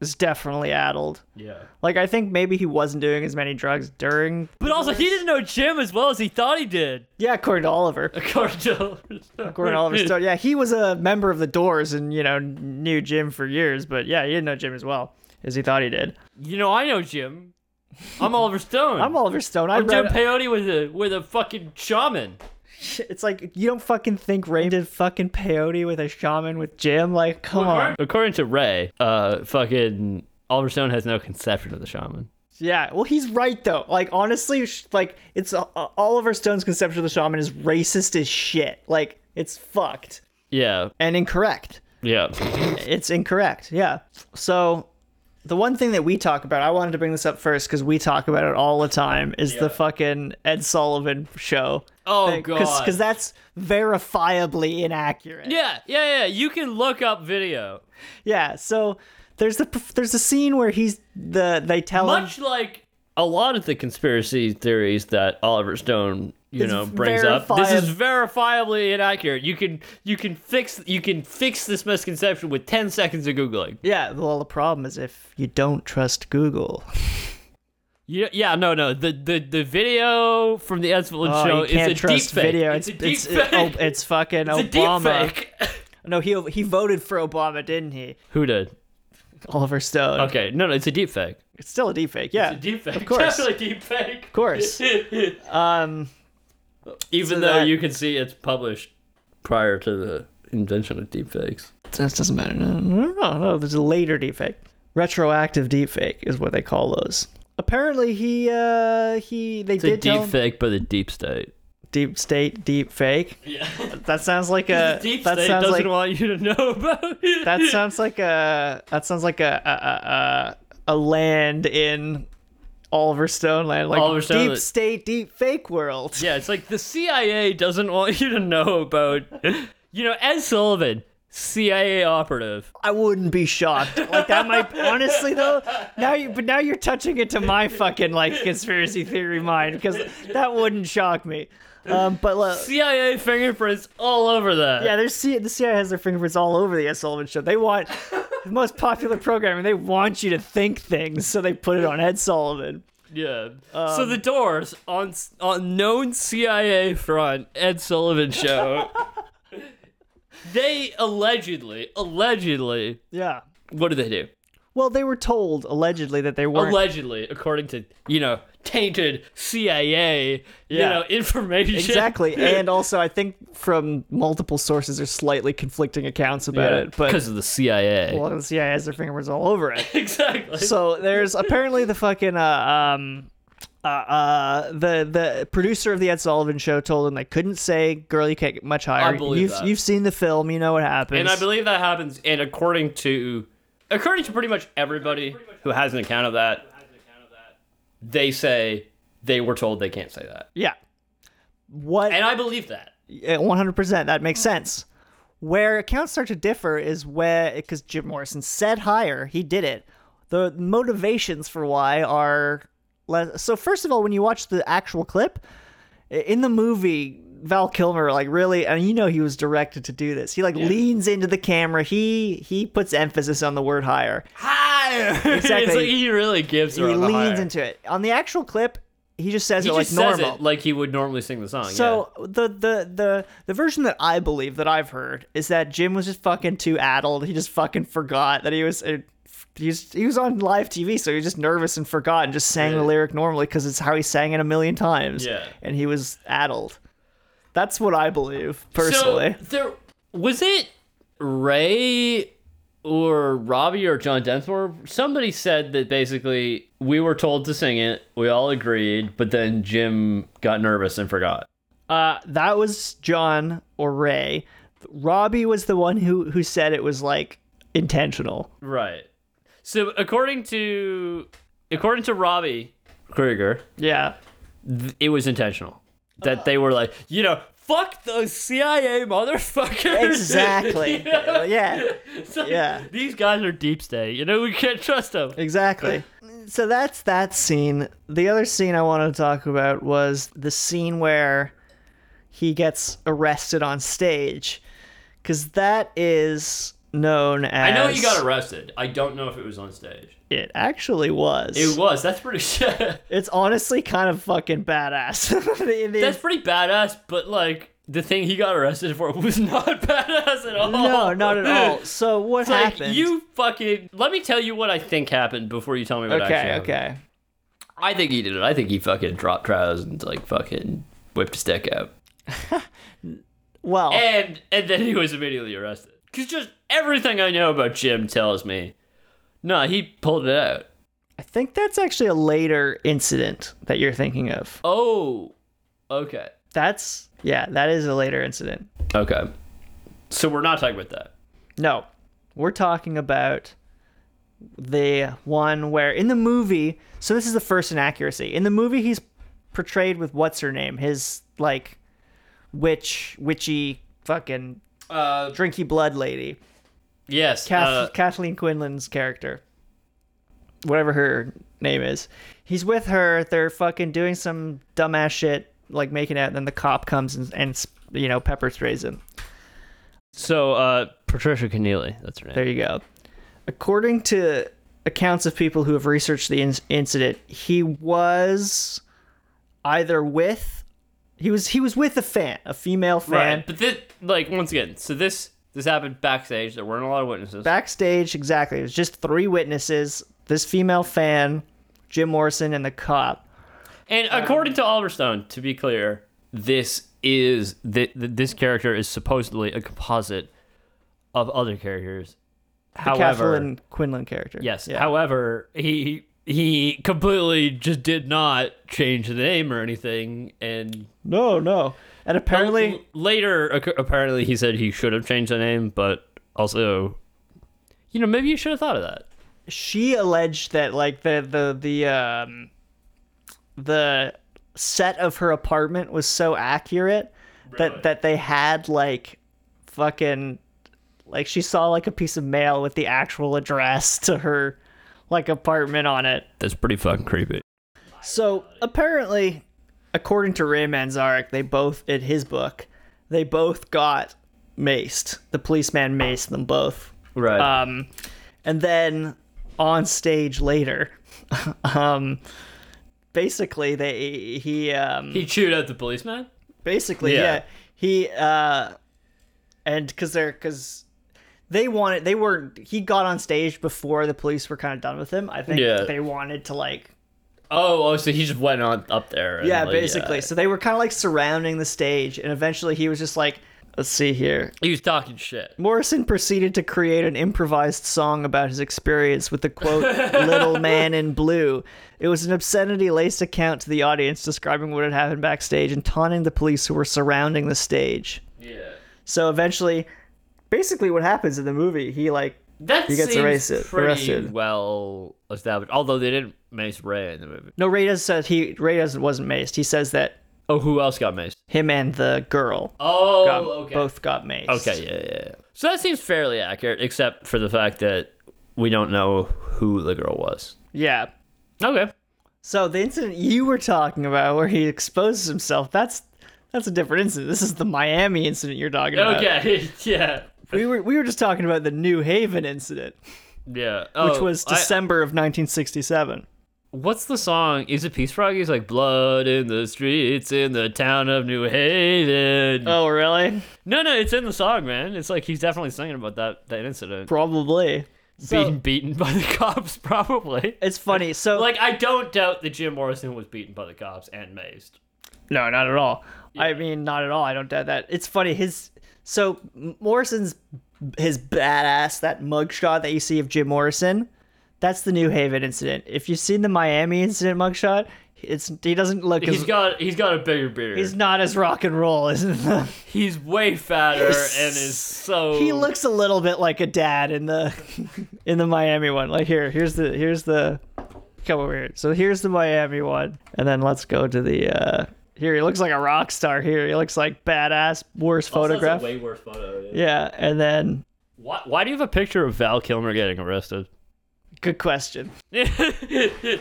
[SPEAKER 1] is definitely addled.
[SPEAKER 2] yeah.
[SPEAKER 1] Like I think maybe he wasn't doing as many drugs during.
[SPEAKER 2] But also, he didn't know Jim as well as he thought he did.
[SPEAKER 1] Yeah, according to Oliver.
[SPEAKER 2] [LAUGHS] According to Oliver Stone.
[SPEAKER 1] According to Oliver Stone. Yeah, he was a member of the Doors and you know knew Jim for years, but yeah, he didn't know Jim as well as he thought he did.
[SPEAKER 2] You know, I know Jim. I'm Oliver Stone.
[SPEAKER 1] I'm Oliver Stone. I
[SPEAKER 2] I'm Jim
[SPEAKER 1] read.
[SPEAKER 2] Peyote with a with a fucking shaman.
[SPEAKER 1] [LAUGHS] it's like you don't fucking think Ray did fucking peyote with a shaman with Jim. Like, come on.
[SPEAKER 2] According to Ray, uh, fucking Oliver Stone has no conception of the shaman.
[SPEAKER 1] Yeah. Well, he's right though. Like, honestly, sh- like it's uh, uh, Oliver Stone's conception of the shaman is racist as shit. Like, it's fucked
[SPEAKER 2] Yeah,
[SPEAKER 1] and incorrect.
[SPEAKER 2] yeah.
[SPEAKER 1] It's incorrect. Yeah. So the one thing that we talk about, I wanted to bring this up first because we talk about it all the time, is the fucking Ed Sullivan show.
[SPEAKER 2] Oh god.
[SPEAKER 1] Because that's verifiably inaccurate.
[SPEAKER 2] yeah, yeah, yeah. You can look up video,
[SPEAKER 1] Yeah. So there's the there's the scene where he's the they tell him
[SPEAKER 2] much like a lot of the conspiracy theories that Oliver Stone you
[SPEAKER 1] It's
[SPEAKER 2] know brings up. This
[SPEAKER 1] verifiab-
[SPEAKER 2] is verifiably inaccurate. You can you can fix you can fix this misconception with ten seconds of googling.
[SPEAKER 1] Yeah, well, the problem is if you don't trust Google,
[SPEAKER 2] Yeah, yeah, no, no. The the, the video from the Ed Sullivan
[SPEAKER 1] oh,
[SPEAKER 2] show
[SPEAKER 1] you can't
[SPEAKER 2] is a
[SPEAKER 1] trust
[SPEAKER 2] deep fake.
[SPEAKER 1] video.
[SPEAKER 2] It's, a deep
[SPEAKER 1] it's,
[SPEAKER 2] fake.
[SPEAKER 1] oh, it's
[SPEAKER 2] [LAUGHS]
[SPEAKER 1] fucking
[SPEAKER 2] It's a
[SPEAKER 1] Obama.
[SPEAKER 2] deep fake.
[SPEAKER 1] No, he he voted for Obama, didn't he?
[SPEAKER 2] [LAUGHS] Who did?
[SPEAKER 1] Oliver Stone.
[SPEAKER 2] Okay, no, no. It's a deep fake.
[SPEAKER 1] It's still a deep fake. Yeah,
[SPEAKER 2] It's a deep fake.
[SPEAKER 1] Of
[SPEAKER 2] [LAUGHS]
[SPEAKER 1] course,
[SPEAKER 2] Definitely deep fake. [LAUGHS]
[SPEAKER 1] of course. um,
[SPEAKER 2] Even
[SPEAKER 1] So
[SPEAKER 2] though
[SPEAKER 1] that-
[SPEAKER 2] you can see it's published prior to the invention of deep fakes.
[SPEAKER 1] this doesn't matter. No, no, no, no. There's a later deep fake. Retroactive deep fake is what they call those. Apparently, he uh he they
[SPEAKER 2] It's a
[SPEAKER 1] did
[SPEAKER 2] deep
[SPEAKER 1] tell him-
[SPEAKER 2] fake by the deep state.
[SPEAKER 1] deep state deep fake. Yeah, that sounds like a
[SPEAKER 2] deep
[SPEAKER 1] that
[SPEAKER 2] state
[SPEAKER 1] sounds
[SPEAKER 2] doesn't
[SPEAKER 1] like
[SPEAKER 2] want you to know about. [LAUGHS]
[SPEAKER 1] That sounds like a that sounds like a a, a, a land in Oliver Stone land, like
[SPEAKER 2] Oliver Stone-
[SPEAKER 1] deep state, deep fake world.
[SPEAKER 2] Yeah, it's like the CIA doesn't want you to know about. [LAUGHS] You know, Ed Sullivan, CIA operative.
[SPEAKER 1] I wouldn't be shocked. Like that might honestly though. Now you but now you're touching it to my fucking like conspiracy theory mind because that wouldn't shock me. Um, but uh,
[SPEAKER 2] CIA fingerprints all over that.
[SPEAKER 1] yeah, there's C- the CIA has their fingerprints all over the S. Sullivan show. They want the most popular programming. They want you to think things, so they put it on Ed Sullivan.
[SPEAKER 2] Yeah. so
[SPEAKER 1] Um,
[SPEAKER 2] the Doors on on known CIA front Ed Sullivan
[SPEAKER 1] [LAUGHS]
[SPEAKER 2] show. they allegedly, allegedly,
[SPEAKER 1] Yeah.
[SPEAKER 2] what do they do?
[SPEAKER 1] Well, they were told allegedly that they weren't.
[SPEAKER 2] Allegedly, according to you know tainted CIA, you
[SPEAKER 1] Yeah.
[SPEAKER 2] know information. [LAUGHS]
[SPEAKER 1] exactly, and also I think from multiple sources there's slightly conflicting accounts about it, but
[SPEAKER 2] because of the CIA.
[SPEAKER 1] well, the CIA has their fingerprints all
[SPEAKER 2] [LAUGHS]
[SPEAKER 1] over it.
[SPEAKER 2] Exactly.
[SPEAKER 1] so there's apparently the fucking uh, um. Uh, uh, the the producer of the Ed Sullivan Show told them they couldn't say "girl, you can't get much higher."
[SPEAKER 2] believe
[SPEAKER 1] you've
[SPEAKER 2] that.
[SPEAKER 1] you've seen the film, you know what happens.
[SPEAKER 2] and I believe that happens. And according to, according to pretty much everybody who has an account of that, they say they were told they can't say that.
[SPEAKER 1] Yeah. What?
[SPEAKER 2] And I believe that.
[SPEAKER 1] Yeah, 100%. That makes sense. Where accounts start to differ is where, because Jim Morrison said higher, he did it. The motivations for why are less. So, first of all, when you watch the actual clip, i- in the movie, Val Kilmer, like really, and you know he was directed to do this. He like leans into the camera. He he puts emphasis on the word higher.
[SPEAKER 2] Higher! it's [LAUGHS]
[SPEAKER 1] Exactly.
[SPEAKER 2] like he really gives her
[SPEAKER 1] he
[SPEAKER 2] on the
[SPEAKER 1] leans
[SPEAKER 2] higher.
[SPEAKER 1] into it. On the actual clip, he just says
[SPEAKER 2] He
[SPEAKER 1] it
[SPEAKER 2] just
[SPEAKER 1] like
[SPEAKER 2] says
[SPEAKER 1] normal.
[SPEAKER 2] it like he would normally sing the song. yeah.
[SPEAKER 1] So the, the the the version that I believe that I've heard is that Jim was just fucking too addled. He just fucking forgot that he was. uh, He was, he was on live TV, so he was just nervous and forgot and just sang the lyric normally because it's how he sang it a million times.
[SPEAKER 2] Yeah.
[SPEAKER 1] And he was addled. That's what I believe, personally.
[SPEAKER 2] So there was it Ray or Robbie or John Densmore. Somebody said that basically we were told to sing it. We all agreed, but then Jim got nervous and forgot.
[SPEAKER 1] Uh, that was John or Ray. Robbie was the one who, who said it was like intentional.
[SPEAKER 2] Right. So according to according to Robbie Krieger,
[SPEAKER 1] [LAUGHS] Yeah.
[SPEAKER 2] it was intentional that they were like, you know, fuck those CIA motherfuckers. [LAUGHS]
[SPEAKER 1] Exactly. [LAUGHS] yeah.
[SPEAKER 2] It's like,
[SPEAKER 1] Yeah.
[SPEAKER 2] These guys are deep state. You know, we can't trust them.
[SPEAKER 1] Exactly. so that's that scene. The other scene I wanted to talk about was the scene where he gets arrested on stage, because that is known
[SPEAKER 2] I
[SPEAKER 1] as.
[SPEAKER 2] know he got arrested. I don't know if it was on stage.
[SPEAKER 1] It actually was.
[SPEAKER 2] It was. That's pretty [LAUGHS] shit.
[SPEAKER 1] it's honestly kind of fucking badass. [LAUGHS] The- the-
[SPEAKER 2] That's pretty badass, but like the thing he got arrested for was [LAUGHS] not badass at all.
[SPEAKER 1] no, not
[SPEAKER 2] [LAUGHS]
[SPEAKER 1] at all. So what
[SPEAKER 2] It's like
[SPEAKER 1] happened?
[SPEAKER 2] you fucking let me tell you what I think happened before you tell me what actually
[SPEAKER 1] Okay.
[SPEAKER 2] happened.
[SPEAKER 1] Okay.
[SPEAKER 2] I think he did it. I think he fucking dropped trousers and like fucking whipped his dick out.
[SPEAKER 1] Well,
[SPEAKER 2] And and then he was immediately arrested. Cause just everything I know about Jim tells me. No, he pulled it out.
[SPEAKER 1] I think that's actually a later incident that you're thinking of.
[SPEAKER 2] Oh. Okay.
[SPEAKER 1] That's yeah, that is a later incident.
[SPEAKER 2] Okay. So we're not talking about that.
[SPEAKER 1] No, we're talking about the one where in the movie. So this is the first inaccuracy in the movie. He's portrayed with what's her name, his like witch, witchy, fucking
[SPEAKER 2] Uh,
[SPEAKER 1] drinky blood lady,
[SPEAKER 2] yes.
[SPEAKER 1] Kath-
[SPEAKER 2] uh,
[SPEAKER 1] Kathleen Quinlan's character, whatever her name is. He's with her. They're fucking doing some dumbass shit, like making out. And then the cop comes and, and you know pepper sprays him.
[SPEAKER 2] so uh, Patricia Keneally, that's her name.
[SPEAKER 1] There you go. According to accounts of people who have researched the in- incident, he was either with he was he was with a fan, a female fan.
[SPEAKER 2] Right. But this, like, once again, so this this happened backstage. There weren't a lot of witnesses.
[SPEAKER 1] Backstage, exactly. It was just three witnesses: this female fan, Jim Morrison, and the cop.
[SPEAKER 2] and
[SPEAKER 1] um,
[SPEAKER 2] according to Oliver Stone, to be clear, this is th- th- this character is supposedly a composite of other characters. However,
[SPEAKER 1] Kathleen Quinlan character.
[SPEAKER 2] yes.
[SPEAKER 1] Yeah.
[SPEAKER 2] However, he he completely just did not change the name or anything, and
[SPEAKER 1] no, no. And apparently,
[SPEAKER 2] L- later, ac- apparently, he said he should have changed the name, but also, you know, maybe you should have thought of that.
[SPEAKER 1] she alleged that like the the the um the set of her apartment was so accurate that that they had like fucking like she saw like a piece of mail with the actual address [LAUGHS] to her like apartment on it.
[SPEAKER 2] That's pretty fucking creepy.
[SPEAKER 1] So apparently, according to Ray Manzarek, they both in his book, they both got maced. The policeman maced them both
[SPEAKER 2] Right.
[SPEAKER 1] um, and then on stage later, [LAUGHS] um, basically they he um,
[SPEAKER 2] he chewed out the policeman.
[SPEAKER 1] basically
[SPEAKER 2] Yeah.
[SPEAKER 1] yeah, he uh, and because they're because they wanted they were he got on stage before the police were kind of done with him. I think
[SPEAKER 2] Yeah.
[SPEAKER 1] they wanted to like
[SPEAKER 2] Oh, oh, so he just went on up there. and,
[SPEAKER 1] yeah
[SPEAKER 2] like,
[SPEAKER 1] basically so they were kind of like surrounding the stage and eventually he was just like let's see here
[SPEAKER 2] He was talking shit.
[SPEAKER 1] Morrison proceeded to create an improvised song about his experience with the
[SPEAKER 2] [LAUGHS]
[SPEAKER 1] quote, Little Man in Blue. It was an obscenity laced account to the audience describing what had happened backstage and taunting the police who were surrounding the stage.
[SPEAKER 2] Yeah.
[SPEAKER 1] So eventually, basically, what happens in the movie, he like
[SPEAKER 2] That
[SPEAKER 1] He gets
[SPEAKER 2] seems
[SPEAKER 1] arrested-
[SPEAKER 2] pretty
[SPEAKER 1] arrested.
[SPEAKER 2] well established. Although they didn't mace Ray in the movie.
[SPEAKER 1] No, Ray does said he Ray doesn't wasn't maced. He says that
[SPEAKER 2] Oh, who else got maced?
[SPEAKER 1] him and the girl
[SPEAKER 2] Oh,
[SPEAKER 1] got,
[SPEAKER 2] okay.
[SPEAKER 1] both got maced.
[SPEAKER 2] Okay, yeah, yeah, yeah. So that seems fairly accurate, except for the fact that we don't know who the girl was.
[SPEAKER 1] Yeah.
[SPEAKER 2] Okay.
[SPEAKER 1] So the incident you were talking about where he exposes himself, that's that's a different incident. This is the Miami incident you're talking
[SPEAKER 2] Uh,
[SPEAKER 1] about.
[SPEAKER 2] Okay. [LAUGHS] yeah.
[SPEAKER 1] We were we were just talking about the New Haven incident,
[SPEAKER 2] Yeah.
[SPEAKER 1] which
[SPEAKER 2] Oh,
[SPEAKER 1] was
[SPEAKER 2] I-
[SPEAKER 1] December of 1967.
[SPEAKER 2] what's the song? Is it Peace Frog? He's like, blood in the streets in the town of New Haven.
[SPEAKER 1] Oh, really?
[SPEAKER 2] no, no, it's in the song, man. It's like he's definitely singing about that that incident.
[SPEAKER 1] Probably. So-
[SPEAKER 2] being beaten by the [LAUGHS] cops, probably.
[SPEAKER 1] It's funny. So
[SPEAKER 2] Like, I don't doubt that Jim Morrison was beaten by the cops and mazed.
[SPEAKER 1] No, not at all. I mean, not at all. I don't doubt that. It's funny. His so Morrison's his badass that mugshot that you see of Jim Morrison. That's the New Haven incident. If you've seen the Miami incident mugshot, it's he doesn't look
[SPEAKER 2] He's
[SPEAKER 1] as
[SPEAKER 2] got he's got a bigger beard.
[SPEAKER 1] he's not as rock and roll, isn't he?
[SPEAKER 2] He's way fatter and is
[SPEAKER 1] [LAUGHS]
[SPEAKER 2] so.
[SPEAKER 1] he looks a little bit like a dad in the [LAUGHS] in the Miami one. Like here, here's the here's the come over here. So here's the Miami one, and then let's go to the uh here. He looks like a rock star. Here he looks like badass. Worst photograph.
[SPEAKER 2] way worse photo. Yeah.
[SPEAKER 1] Yeah, and then
[SPEAKER 2] Why, why do you have a picture of Val Kilmer getting arrested? [LAUGHS]
[SPEAKER 1] [LAUGHS] good question.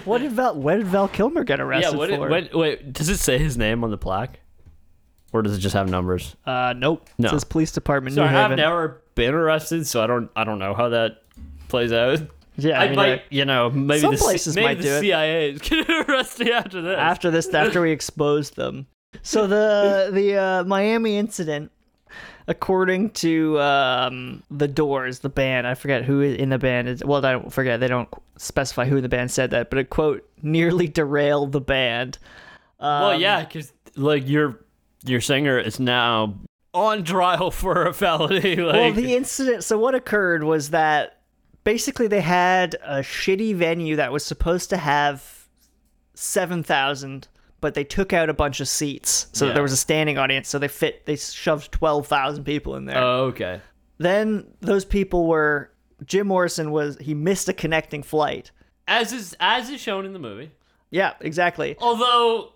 [SPEAKER 1] What did Val? When did Val Kilmer get arrested
[SPEAKER 2] yeah. What? It,
[SPEAKER 1] for?
[SPEAKER 2] when, wait. Does it say his name on the plaque, or does it just have numbers?
[SPEAKER 1] uh, nope.
[SPEAKER 2] No.
[SPEAKER 1] It says police department.
[SPEAKER 2] Sorry,
[SPEAKER 1] New
[SPEAKER 2] I've
[SPEAKER 1] Haven.
[SPEAKER 2] never been arrested, so I don't. I don't know how that plays out.
[SPEAKER 1] yeah, I,
[SPEAKER 2] I,
[SPEAKER 1] mean,
[SPEAKER 2] might,
[SPEAKER 1] like,
[SPEAKER 2] you know, maybe
[SPEAKER 1] Some
[SPEAKER 2] the, C-
[SPEAKER 1] places
[SPEAKER 2] maybe
[SPEAKER 1] might
[SPEAKER 2] the
[SPEAKER 1] do it.
[SPEAKER 2] CIA is gonna [LAUGHS] arrest me after this.
[SPEAKER 1] [LAUGHS] after this, after we exposed them. So the the uh, Miami incident, according to um, the Doors, the band. I forget who in the band is. Well, I don't forget. They don't specify who in the band said that, but it quote nearly derailed the band. um,
[SPEAKER 2] well, yeah, because like your your singer is now on trial [LAUGHS] for a felony. Like,
[SPEAKER 1] Well, the incident. So what occurred was that basically they had a shitty venue that was supposed to have seven thousand, but they took out a bunch of seats, so
[SPEAKER 2] Yeah.
[SPEAKER 1] there was a standing audience. So they fit, they shoved twelve thousand people in there.
[SPEAKER 2] oh, okay.
[SPEAKER 1] then those people were Jim Morrison was he missed a connecting flight.
[SPEAKER 2] As is as is shown in the movie.
[SPEAKER 1] Yeah, exactly.
[SPEAKER 2] Although,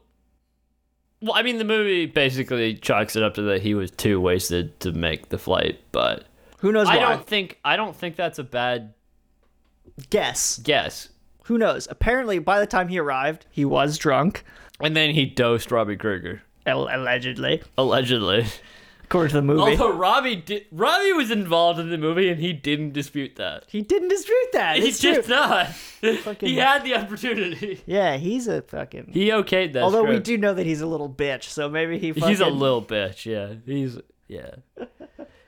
[SPEAKER 2] well, I mean, the movie basically chalks it up to that he was too wasted to make the flight. But
[SPEAKER 1] Who knows
[SPEAKER 2] I
[SPEAKER 1] why?
[SPEAKER 2] don't think I don't think that's a bad
[SPEAKER 1] Guess.
[SPEAKER 2] guess.
[SPEAKER 1] Who knows? Apparently, by the time he arrived, he was drunk,
[SPEAKER 2] And then he dosed Robbie Krueger,
[SPEAKER 1] al- allegedly,
[SPEAKER 2] allegedly.
[SPEAKER 1] according to the movie.
[SPEAKER 2] Although Robbie did, Robbie was involved in the movie and he didn't dispute that.
[SPEAKER 1] he didn't dispute that.
[SPEAKER 2] He's
[SPEAKER 1] It's true.
[SPEAKER 2] just not. [LAUGHS] he had the
[SPEAKER 1] [LAUGHS]
[SPEAKER 2] opportunity.
[SPEAKER 1] Yeah, he's a fucking.
[SPEAKER 2] He okayed that.
[SPEAKER 1] Although we
[SPEAKER 2] script.
[SPEAKER 1] do know that he's a little bitch, so maybe he. Fucking...
[SPEAKER 2] he's a little bitch. Yeah, he's
[SPEAKER 1] [LAUGHS]
[SPEAKER 2] yeah.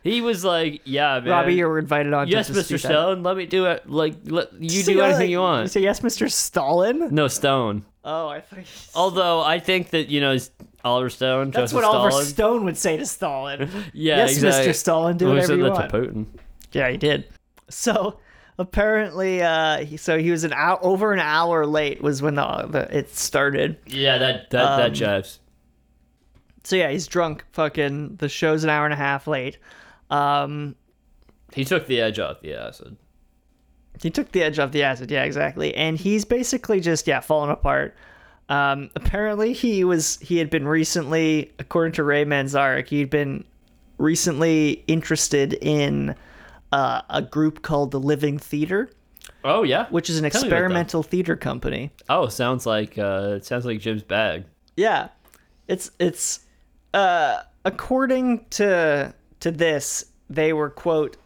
[SPEAKER 2] He was like, yeah, man.
[SPEAKER 1] Robbie, you were invited on.
[SPEAKER 2] Yes,
[SPEAKER 1] to dispute
[SPEAKER 2] Mr.
[SPEAKER 1] that.
[SPEAKER 2] Stone, let me do it. Like, let you
[SPEAKER 1] So
[SPEAKER 2] do
[SPEAKER 1] you're
[SPEAKER 2] anything
[SPEAKER 1] like-
[SPEAKER 2] you
[SPEAKER 1] You
[SPEAKER 2] want.
[SPEAKER 1] say yes, Mr. Stalin.
[SPEAKER 2] no, Stone.
[SPEAKER 1] Oh, I think
[SPEAKER 2] Although I think that you know Oliver Stone.
[SPEAKER 1] that's
[SPEAKER 2] Joseph
[SPEAKER 1] what Oliver
[SPEAKER 2] Stalin.
[SPEAKER 1] Stone would say to Stalin.
[SPEAKER 2] [LAUGHS] Yeah,
[SPEAKER 1] yes,
[SPEAKER 2] exactly.
[SPEAKER 1] Mr. Stalin, do
[SPEAKER 2] Well, he
[SPEAKER 1] whatever
[SPEAKER 2] said
[SPEAKER 1] you
[SPEAKER 2] that
[SPEAKER 1] want.
[SPEAKER 2] to Putin.
[SPEAKER 1] Yeah, he did. So apparently, uh, he, so he was an hour over an hour late was when the, the it started.
[SPEAKER 2] Yeah, that that that
[SPEAKER 1] Um,
[SPEAKER 2] jives.
[SPEAKER 1] So yeah, he's drunk. Fucking the show's an hour and a half late. Um,
[SPEAKER 2] He took the edge off the acid.
[SPEAKER 1] he took the edge off the acid. Yeah, exactly. And he's basically just yeah falling apart. Um, apparently, he was he had been recently, according to Ray Manzarek, he'd been recently interested in uh, a group called the Living Theater,
[SPEAKER 2] Oh yeah,
[SPEAKER 1] which is an
[SPEAKER 2] Tell me about that.
[SPEAKER 1] experimental theater company.
[SPEAKER 2] Oh, sounds like uh, it sounds like Jim's bag.
[SPEAKER 1] Yeah. It's it's uh according to to this, they were quote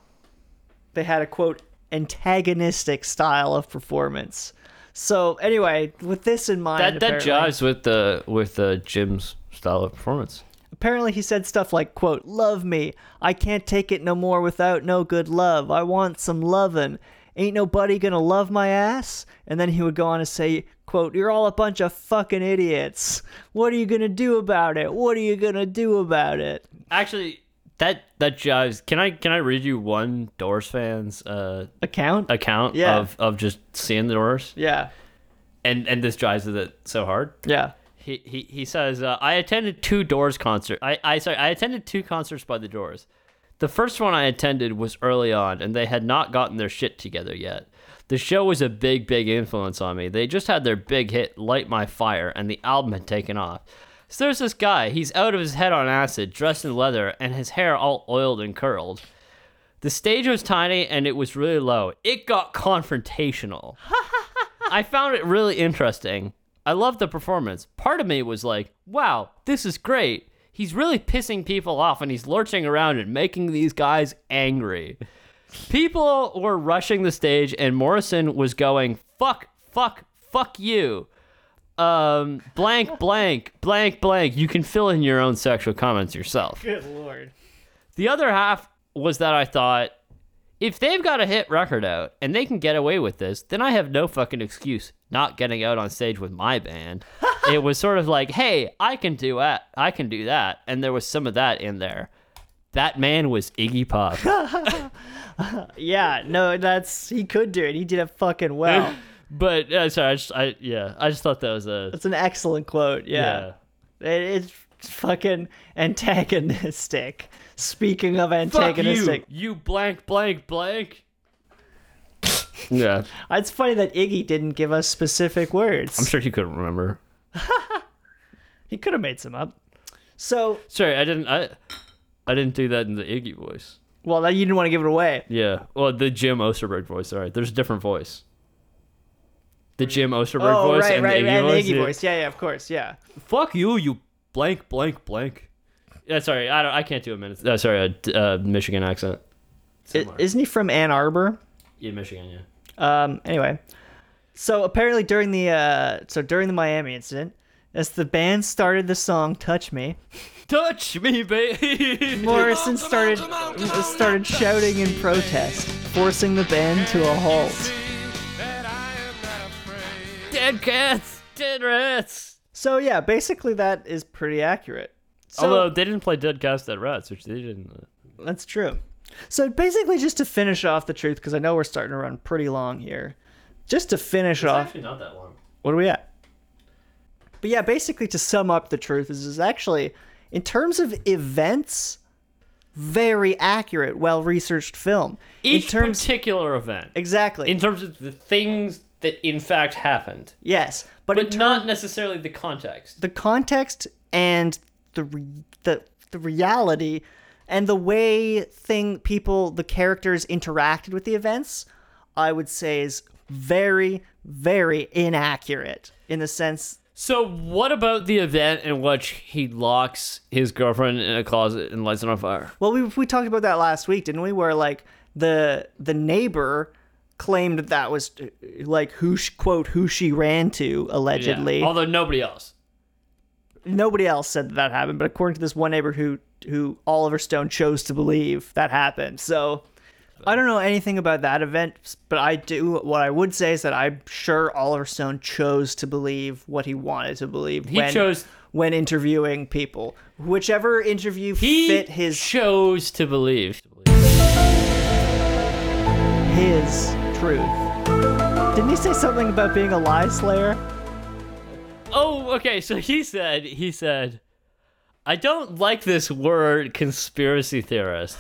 [SPEAKER 1] they had a quote antagonistic style of performance. So anyway, with this in mind,
[SPEAKER 2] That that
[SPEAKER 1] apparently,
[SPEAKER 2] jives with the with the Jim's style of performance.
[SPEAKER 1] apparently he said stuff like quote, "Love me, I can't take it no more without no good love. I want some lovin'. Ain't nobody gonna love my ass." And then he would go on to say, "quote You're all a bunch of fucking idiots. What are you gonna do about it? What are you gonna do about it?"
[SPEAKER 2] Actually, that that jives. Can I can I read you one Doors fans uh,
[SPEAKER 1] account.
[SPEAKER 2] account
[SPEAKER 1] Yeah.
[SPEAKER 2] of of just seeing the Doors?
[SPEAKER 1] yeah,
[SPEAKER 2] And and this jives with it so hard.
[SPEAKER 1] yeah.
[SPEAKER 2] He, he, he says, uh, I attended two Doors concert. I, I sorry, I attended two concerts by the Doors. The first one I attended was early on, and they had not gotten their shit together yet. The show was a big, big influence on me. They just had their big hit, Light My Fire, and the album had taken off. So there's this guy, he's out of his head on acid, dressed in leather, and his hair all oiled and curled. The stage was tiny and it was really low. It got confrontational. I found it really interesting. I loved the performance. Part of me was like, wow, this is great. He's really pissing people off and he's lurching around and making these guys angry. People were rushing the stage and Morrison was going, fuck, fuck, fuck you. Um, blank, blank, blank, blank. You can fill in your own sexual comments yourself.
[SPEAKER 1] Good lord.
[SPEAKER 2] The other half was that I thought if they've got a hit record out and they can get away with this, then I have no fucking excuse not getting out on stage with my [LAUGHS] band. it was sort of like, hey, I can do that. I can do that. And there was some of that in there. That man was Iggy [LAUGHS] Pop.
[SPEAKER 1] Yeah, no, that's he could do it. He did it fucking
[SPEAKER 2] [LAUGHS]
[SPEAKER 1] well.
[SPEAKER 2] but uh, sorry, I just, I, yeah, I just thought that was a
[SPEAKER 1] That's an excellent quote.
[SPEAKER 2] yeah.
[SPEAKER 1] Yeah. It, it's fucking antagonistic. Speaking of
[SPEAKER 2] Fuck
[SPEAKER 1] antagonistic,
[SPEAKER 2] you, you blank, blank, blank. yeah,
[SPEAKER 1] it's funny that Iggy didn't give us specific
[SPEAKER 2] [LAUGHS]
[SPEAKER 1] words.
[SPEAKER 2] I'm sure he couldn't remember.
[SPEAKER 1] He could have made some up. So,
[SPEAKER 2] Sorry, I didn't. I, I didn't do that in the Iggy voice.
[SPEAKER 1] well, that you didn't want to give it away.
[SPEAKER 2] Yeah. Well, the Jim Osterberg voice. All right. There's a different voice. The Jim Osterberg
[SPEAKER 1] oh,
[SPEAKER 2] voice
[SPEAKER 1] right,
[SPEAKER 2] and
[SPEAKER 1] right,
[SPEAKER 2] the Iggy,
[SPEAKER 1] and
[SPEAKER 2] voice,
[SPEAKER 1] the Iggy
[SPEAKER 2] yeah.
[SPEAKER 1] voice. Yeah, yeah, of course, yeah.
[SPEAKER 2] Fuck you, you blank, blank, blank. Yeah, sorry. I don't. I can't do a minute. Uh, sorry, a d- uh, Michigan accent.
[SPEAKER 1] I- isn't he from Ann Arbor?
[SPEAKER 2] Yeah, Michigan. Yeah.
[SPEAKER 1] Um, anyway, so apparently during the uh, so during the Miami incident, as the band started the song "Touch Me,"
[SPEAKER 2] Touch me, baby. [LAUGHS]
[SPEAKER 1] Morrison started started shouting in protest, forcing the band to a halt.
[SPEAKER 2] dead cats, dead rats.
[SPEAKER 1] So yeah, basically that is pretty accurate. So,
[SPEAKER 2] Although they didn't play Dead Cats, Dead Rats, which they didn't. uh,
[SPEAKER 1] That's true. So basically, just to finish off the truth, because I know we're starting to run pretty long here. Just to finish off,
[SPEAKER 2] not that long.
[SPEAKER 1] what are we at? But yeah, basically to sum up the truth is, is actually in terms of events, very accurate, well researched film.
[SPEAKER 2] Each
[SPEAKER 1] in terms
[SPEAKER 2] particular event.
[SPEAKER 1] exactly
[SPEAKER 2] In terms of the things that in fact happened,
[SPEAKER 1] yes, but, in
[SPEAKER 2] but
[SPEAKER 1] ter-
[SPEAKER 2] not necessarily the context.
[SPEAKER 1] the context and the re- the the reality and the way thing people the characters interacted with the events i would say is very very inaccurate in the sense
[SPEAKER 2] So, what about the event in which he locks his girlfriend in a closet and lights it on fire?
[SPEAKER 1] well we, we talked about that last week didn't we where like the the neighbor claimed that was uh, like who sh- quote who she ran to allegedly
[SPEAKER 2] Although nobody else.
[SPEAKER 1] nobody else said that, that happened but according to this one neighbor who who oliver stone chose to believe that happened so i don't know anything about that event but i do what i would say is that i'm sure oliver stone chose to believe what he wanted to believe
[SPEAKER 2] He
[SPEAKER 1] when,
[SPEAKER 2] chose-
[SPEAKER 1] when interviewing people whichever interview
[SPEAKER 2] He
[SPEAKER 1] fit his
[SPEAKER 2] chose to believe.
[SPEAKER 1] his truth didn't he say something about being a lie slayer
[SPEAKER 2] Oh, okay. So he said, he said, I don't like this word conspiracy
[SPEAKER 1] [LAUGHS]
[SPEAKER 2] theorist.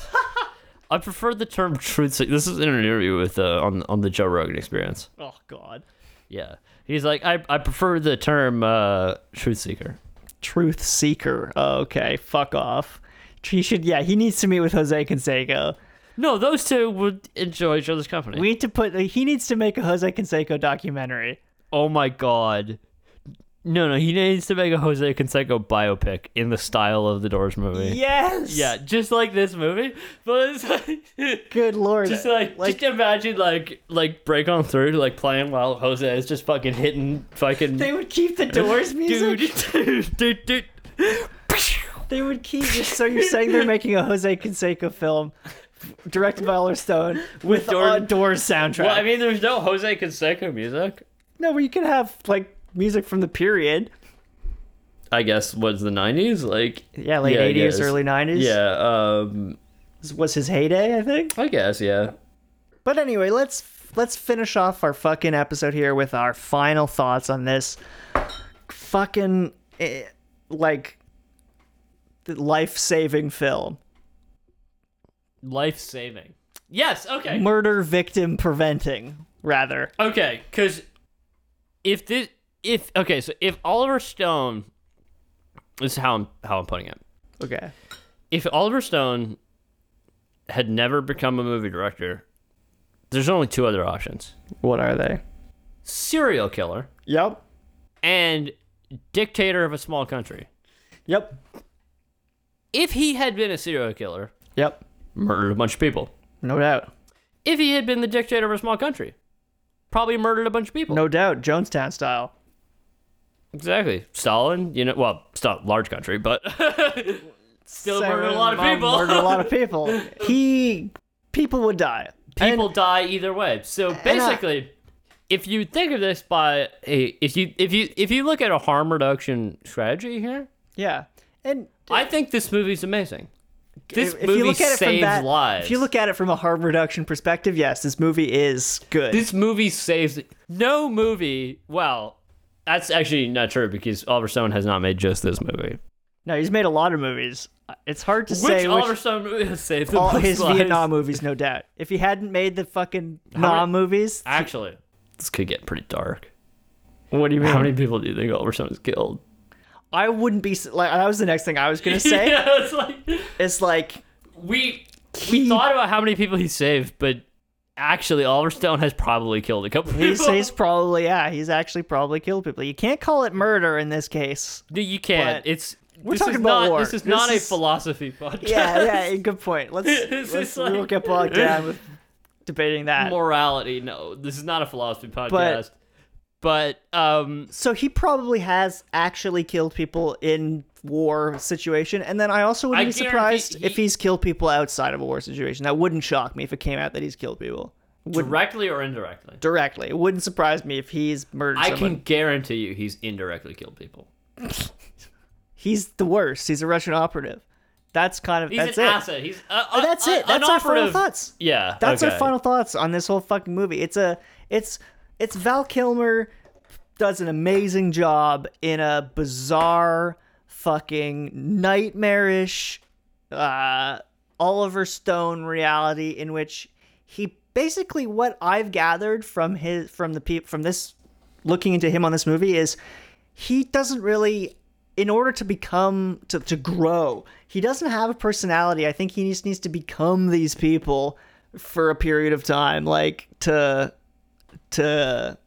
[SPEAKER 2] I prefer the term truth. se- This is in an interview with uh, on on the Joe Rogan Experience.
[SPEAKER 1] oh god
[SPEAKER 2] Yeah, he's like, I, I prefer the term uh, truth seeker.
[SPEAKER 1] truth seeker oh, okay fuck off he should yeah he needs to meet with jose canseco
[SPEAKER 2] No, those two would enjoy each other's company.
[SPEAKER 1] We need to put. He needs to make a Jose Canseco documentary.
[SPEAKER 2] Oh my god. No, no, he needs to make a Jose Canseco biopic in the style of the Doors movie.
[SPEAKER 1] Yes.
[SPEAKER 2] Yeah, just like this movie, but it's like, [LAUGHS]
[SPEAKER 1] Good lord.
[SPEAKER 2] just like, just imagine like like break on through like playing while Jose is just fucking hitting fucking
[SPEAKER 1] [LAUGHS] they would keep the Doors music.
[SPEAKER 2] dude, [LAUGHS] dude, dude, dude.
[SPEAKER 1] They would keep. So you're saying they're making a Jose Canseco film directed by
[SPEAKER 2] [LAUGHS]
[SPEAKER 1] Oliver Stone with
[SPEAKER 2] Doors-
[SPEAKER 1] a Doors soundtrack?
[SPEAKER 2] Well, I mean, there's no Jose Canseco music.
[SPEAKER 1] no, but you could have like music from the period.
[SPEAKER 2] I guess was the '90s, like
[SPEAKER 1] Yeah, late
[SPEAKER 2] Yeah, I
[SPEAKER 1] 80s,
[SPEAKER 2] guess.
[SPEAKER 1] early 90s.
[SPEAKER 2] yeah, um,
[SPEAKER 1] This was his heyday, I think.
[SPEAKER 2] I guess yeah.
[SPEAKER 1] But anyway, let's let's finish off our fucking episode here with our final thoughts on this fucking eh, like life-saving film.
[SPEAKER 2] Life saving. Yes. Okay.
[SPEAKER 1] Murder victim preventing, rather.
[SPEAKER 2] Okay, because if this, if okay, so if Oliver Stone, this is how I'm how I'm putting it.
[SPEAKER 1] Okay.
[SPEAKER 2] If Oliver Stone had never become a movie director, there's only two other options:
[SPEAKER 1] What are they?
[SPEAKER 2] serial killer
[SPEAKER 1] Yep.
[SPEAKER 2] and dictator of a small country.
[SPEAKER 1] Yep.
[SPEAKER 2] If he had been a serial killer,
[SPEAKER 1] Yep.
[SPEAKER 2] murdered a bunch of people.
[SPEAKER 1] No doubt.
[SPEAKER 2] If he had been the dictator of a small country, probably murdered a bunch of people.
[SPEAKER 1] No doubt. Jonestown style.
[SPEAKER 2] Exactly. Stalin, you know, well, it's not a large country, but [LAUGHS] still murdered a lot of
[SPEAKER 1] Mom
[SPEAKER 2] people.
[SPEAKER 1] Murdered a lot of [LAUGHS] people. He people would die.
[SPEAKER 2] people die either way. So
[SPEAKER 1] uh,
[SPEAKER 2] basically, if you think of this by a, if you if you if you look at a harm reduction strategy here,
[SPEAKER 1] Yeah. And
[SPEAKER 2] I think this movie's amazing. This
[SPEAKER 1] if, if
[SPEAKER 2] movie
[SPEAKER 1] you look at it
[SPEAKER 2] saves
[SPEAKER 1] from that,
[SPEAKER 2] lives.
[SPEAKER 1] if you look at it from a harm reduction perspective, yes, this movie is good.
[SPEAKER 2] this movie saves no movie. Well, that's actually not true because Oliver Stone has not made just this movie.
[SPEAKER 1] no, he's made a lot of movies. It's hard to
[SPEAKER 2] Which
[SPEAKER 1] say
[SPEAKER 2] Oliver
[SPEAKER 1] which
[SPEAKER 2] Stone movie has saved the
[SPEAKER 1] all
[SPEAKER 2] most
[SPEAKER 1] his
[SPEAKER 2] lives?
[SPEAKER 1] Vietnam movies, no doubt. If he hadn't made the fucking Nam movies,
[SPEAKER 2] Actually, this could get pretty dark.
[SPEAKER 1] what do you mean?
[SPEAKER 2] How many people do you think Oliver Stone has killed?
[SPEAKER 1] I wouldn't be s- like that was the next thing I was
[SPEAKER 2] [LAUGHS]
[SPEAKER 1] gonna say.
[SPEAKER 2] yeah, it's like [LAUGHS]
[SPEAKER 1] It's like
[SPEAKER 2] we we
[SPEAKER 1] He-
[SPEAKER 2] thought about how many people he saved, but actually Oliver Stone has probably killed a couple
[SPEAKER 1] he's,
[SPEAKER 2] people.
[SPEAKER 1] he's probably yeah, he's actually probably killed people. You can't call it murder in
[SPEAKER 2] [LAUGHS]
[SPEAKER 1] this case.
[SPEAKER 2] no, [LAUGHS] you can't.
[SPEAKER 1] but-
[SPEAKER 2] It's
[SPEAKER 1] We're
[SPEAKER 2] this
[SPEAKER 1] talking
[SPEAKER 2] is
[SPEAKER 1] about
[SPEAKER 2] not,
[SPEAKER 1] war.
[SPEAKER 2] This is
[SPEAKER 1] This
[SPEAKER 2] not a
[SPEAKER 1] is-
[SPEAKER 2] philosophy podcast.
[SPEAKER 1] Yeah, yeah, [LAUGHS] good point. Let's,
[SPEAKER 2] It's
[SPEAKER 1] let's
[SPEAKER 2] just like-
[SPEAKER 1] we won't get bogged down with debating
[SPEAKER 2] [LAUGHS]
[SPEAKER 1] that.
[SPEAKER 2] Morality. No, this is not a philosophy podcast. But, um,
[SPEAKER 1] so he probably has actually killed people in war situation, and then I also wouldn't
[SPEAKER 2] I
[SPEAKER 1] be
[SPEAKER 2] guarantee
[SPEAKER 1] surprised
[SPEAKER 2] he-
[SPEAKER 1] if he's killed people outside of a war situation. That wouldn't shock me if it came out that he's killed people
[SPEAKER 2] directly or indirectly,
[SPEAKER 1] directly. It wouldn't surprise me if he's murdered
[SPEAKER 2] I
[SPEAKER 1] someone.
[SPEAKER 2] can guarantee you he's indirectly killed people.
[SPEAKER 1] He's the worst. He's a Russian operative. That's kind of
[SPEAKER 2] He's
[SPEAKER 1] that's
[SPEAKER 2] an
[SPEAKER 1] it.
[SPEAKER 2] asset. He's uh, uh,
[SPEAKER 1] That's
[SPEAKER 2] uh,
[SPEAKER 1] it. That's
[SPEAKER 2] an
[SPEAKER 1] our final
[SPEAKER 2] operative-
[SPEAKER 1] thoughts.
[SPEAKER 2] Yeah,
[SPEAKER 1] That's
[SPEAKER 2] okay.
[SPEAKER 1] our final thoughts on this whole fucking movie. It's a it's it's Val Kilmer does an amazing job in a bizarre fucking nightmarish uh Oliver Stone reality in which he basically what I've gathered from his from the peop from this looking into him on this movie is he doesn't really in order to become to, to grow he doesn't have a personality i think he just needs to become these people for a period of time like to to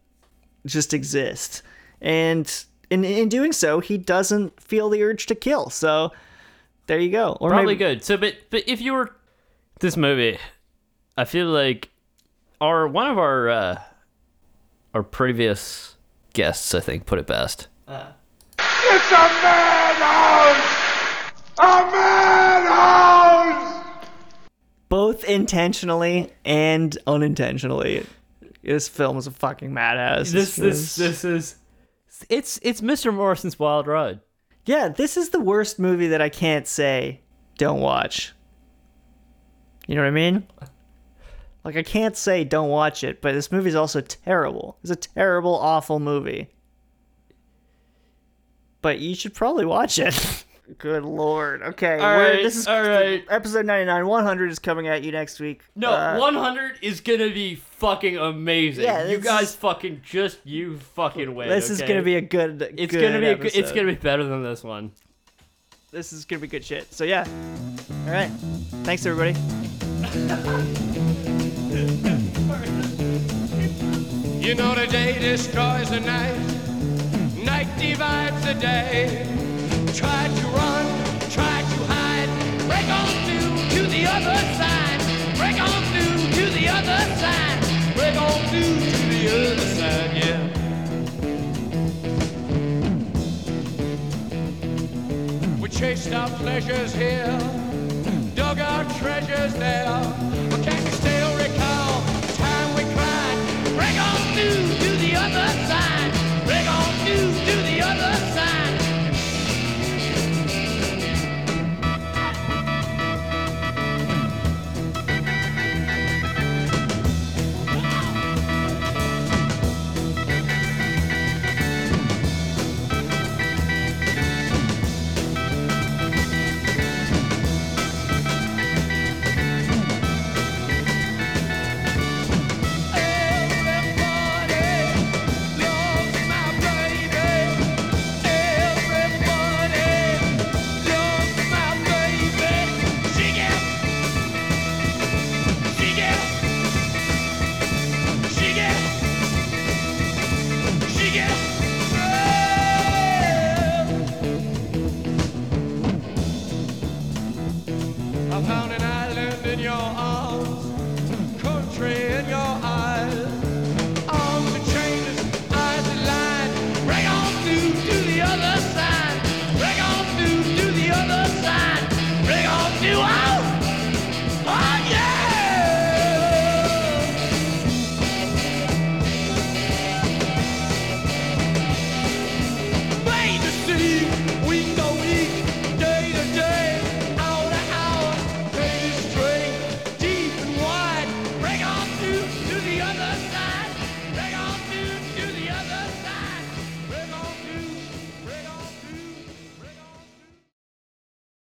[SPEAKER 1] just exist and in in doing so he doesn't feel the urge to kill so there you go or
[SPEAKER 2] probably
[SPEAKER 1] maybe,
[SPEAKER 2] good. So, but but if you were this movie, I feel like our one of our uh, our previous guests, I think, put it best.
[SPEAKER 5] It's a madhouse! A madhouse!
[SPEAKER 1] both intentionally and unintentionally this film is a fucking madhouse
[SPEAKER 2] This this
[SPEAKER 1] It's-
[SPEAKER 2] this is it's it's Mr. Morrison's Wild Ride.
[SPEAKER 1] Yeah, this is the worst movie that I can't say don't watch. You know what
[SPEAKER 2] [LAUGHS]
[SPEAKER 1] I mean? Like I can't say don't watch it, but this movie's also terrible. It's a terrible, awful movie. But you should probably watch it. [LAUGHS] Good lord. Okay,
[SPEAKER 2] All
[SPEAKER 1] we're-
[SPEAKER 2] right,
[SPEAKER 1] this is
[SPEAKER 2] all right.
[SPEAKER 1] episode 99 100 is coming at you next week.
[SPEAKER 2] No,
[SPEAKER 1] Uh,
[SPEAKER 2] 100 is gonna be fucking amazing.
[SPEAKER 1] Yeah,
[SPEAKER 2] you
[SPEAKER 1] this
[SPEAKER 2] guys
[SPEAKER 1] is-
[SPEAKER 2] fucking just you fucking wait.
[SPEAKER 1] this is
[SPEAKER 2] okay?
[SPEAKER 1] going to be a good
[SPEAKER 2] It's
[SPEAKER 1] good
[SPEAKER 2] gonna be a, good- it's
[SPEAKER 1] episode.
[SPEAKER 2] gonna be better than this one.
[SPEAKER 1] this is going to be good shit. So yeah. All right. Thanks everybody.
[SPEAKER 6] You know the day destroys the night, night divides the day. Try to run, try to hide, break on through to the other side. Break on through to the other side. Break on through to the other side, yeah. We chased our pleasures here, dug our treasures there. But can you oh,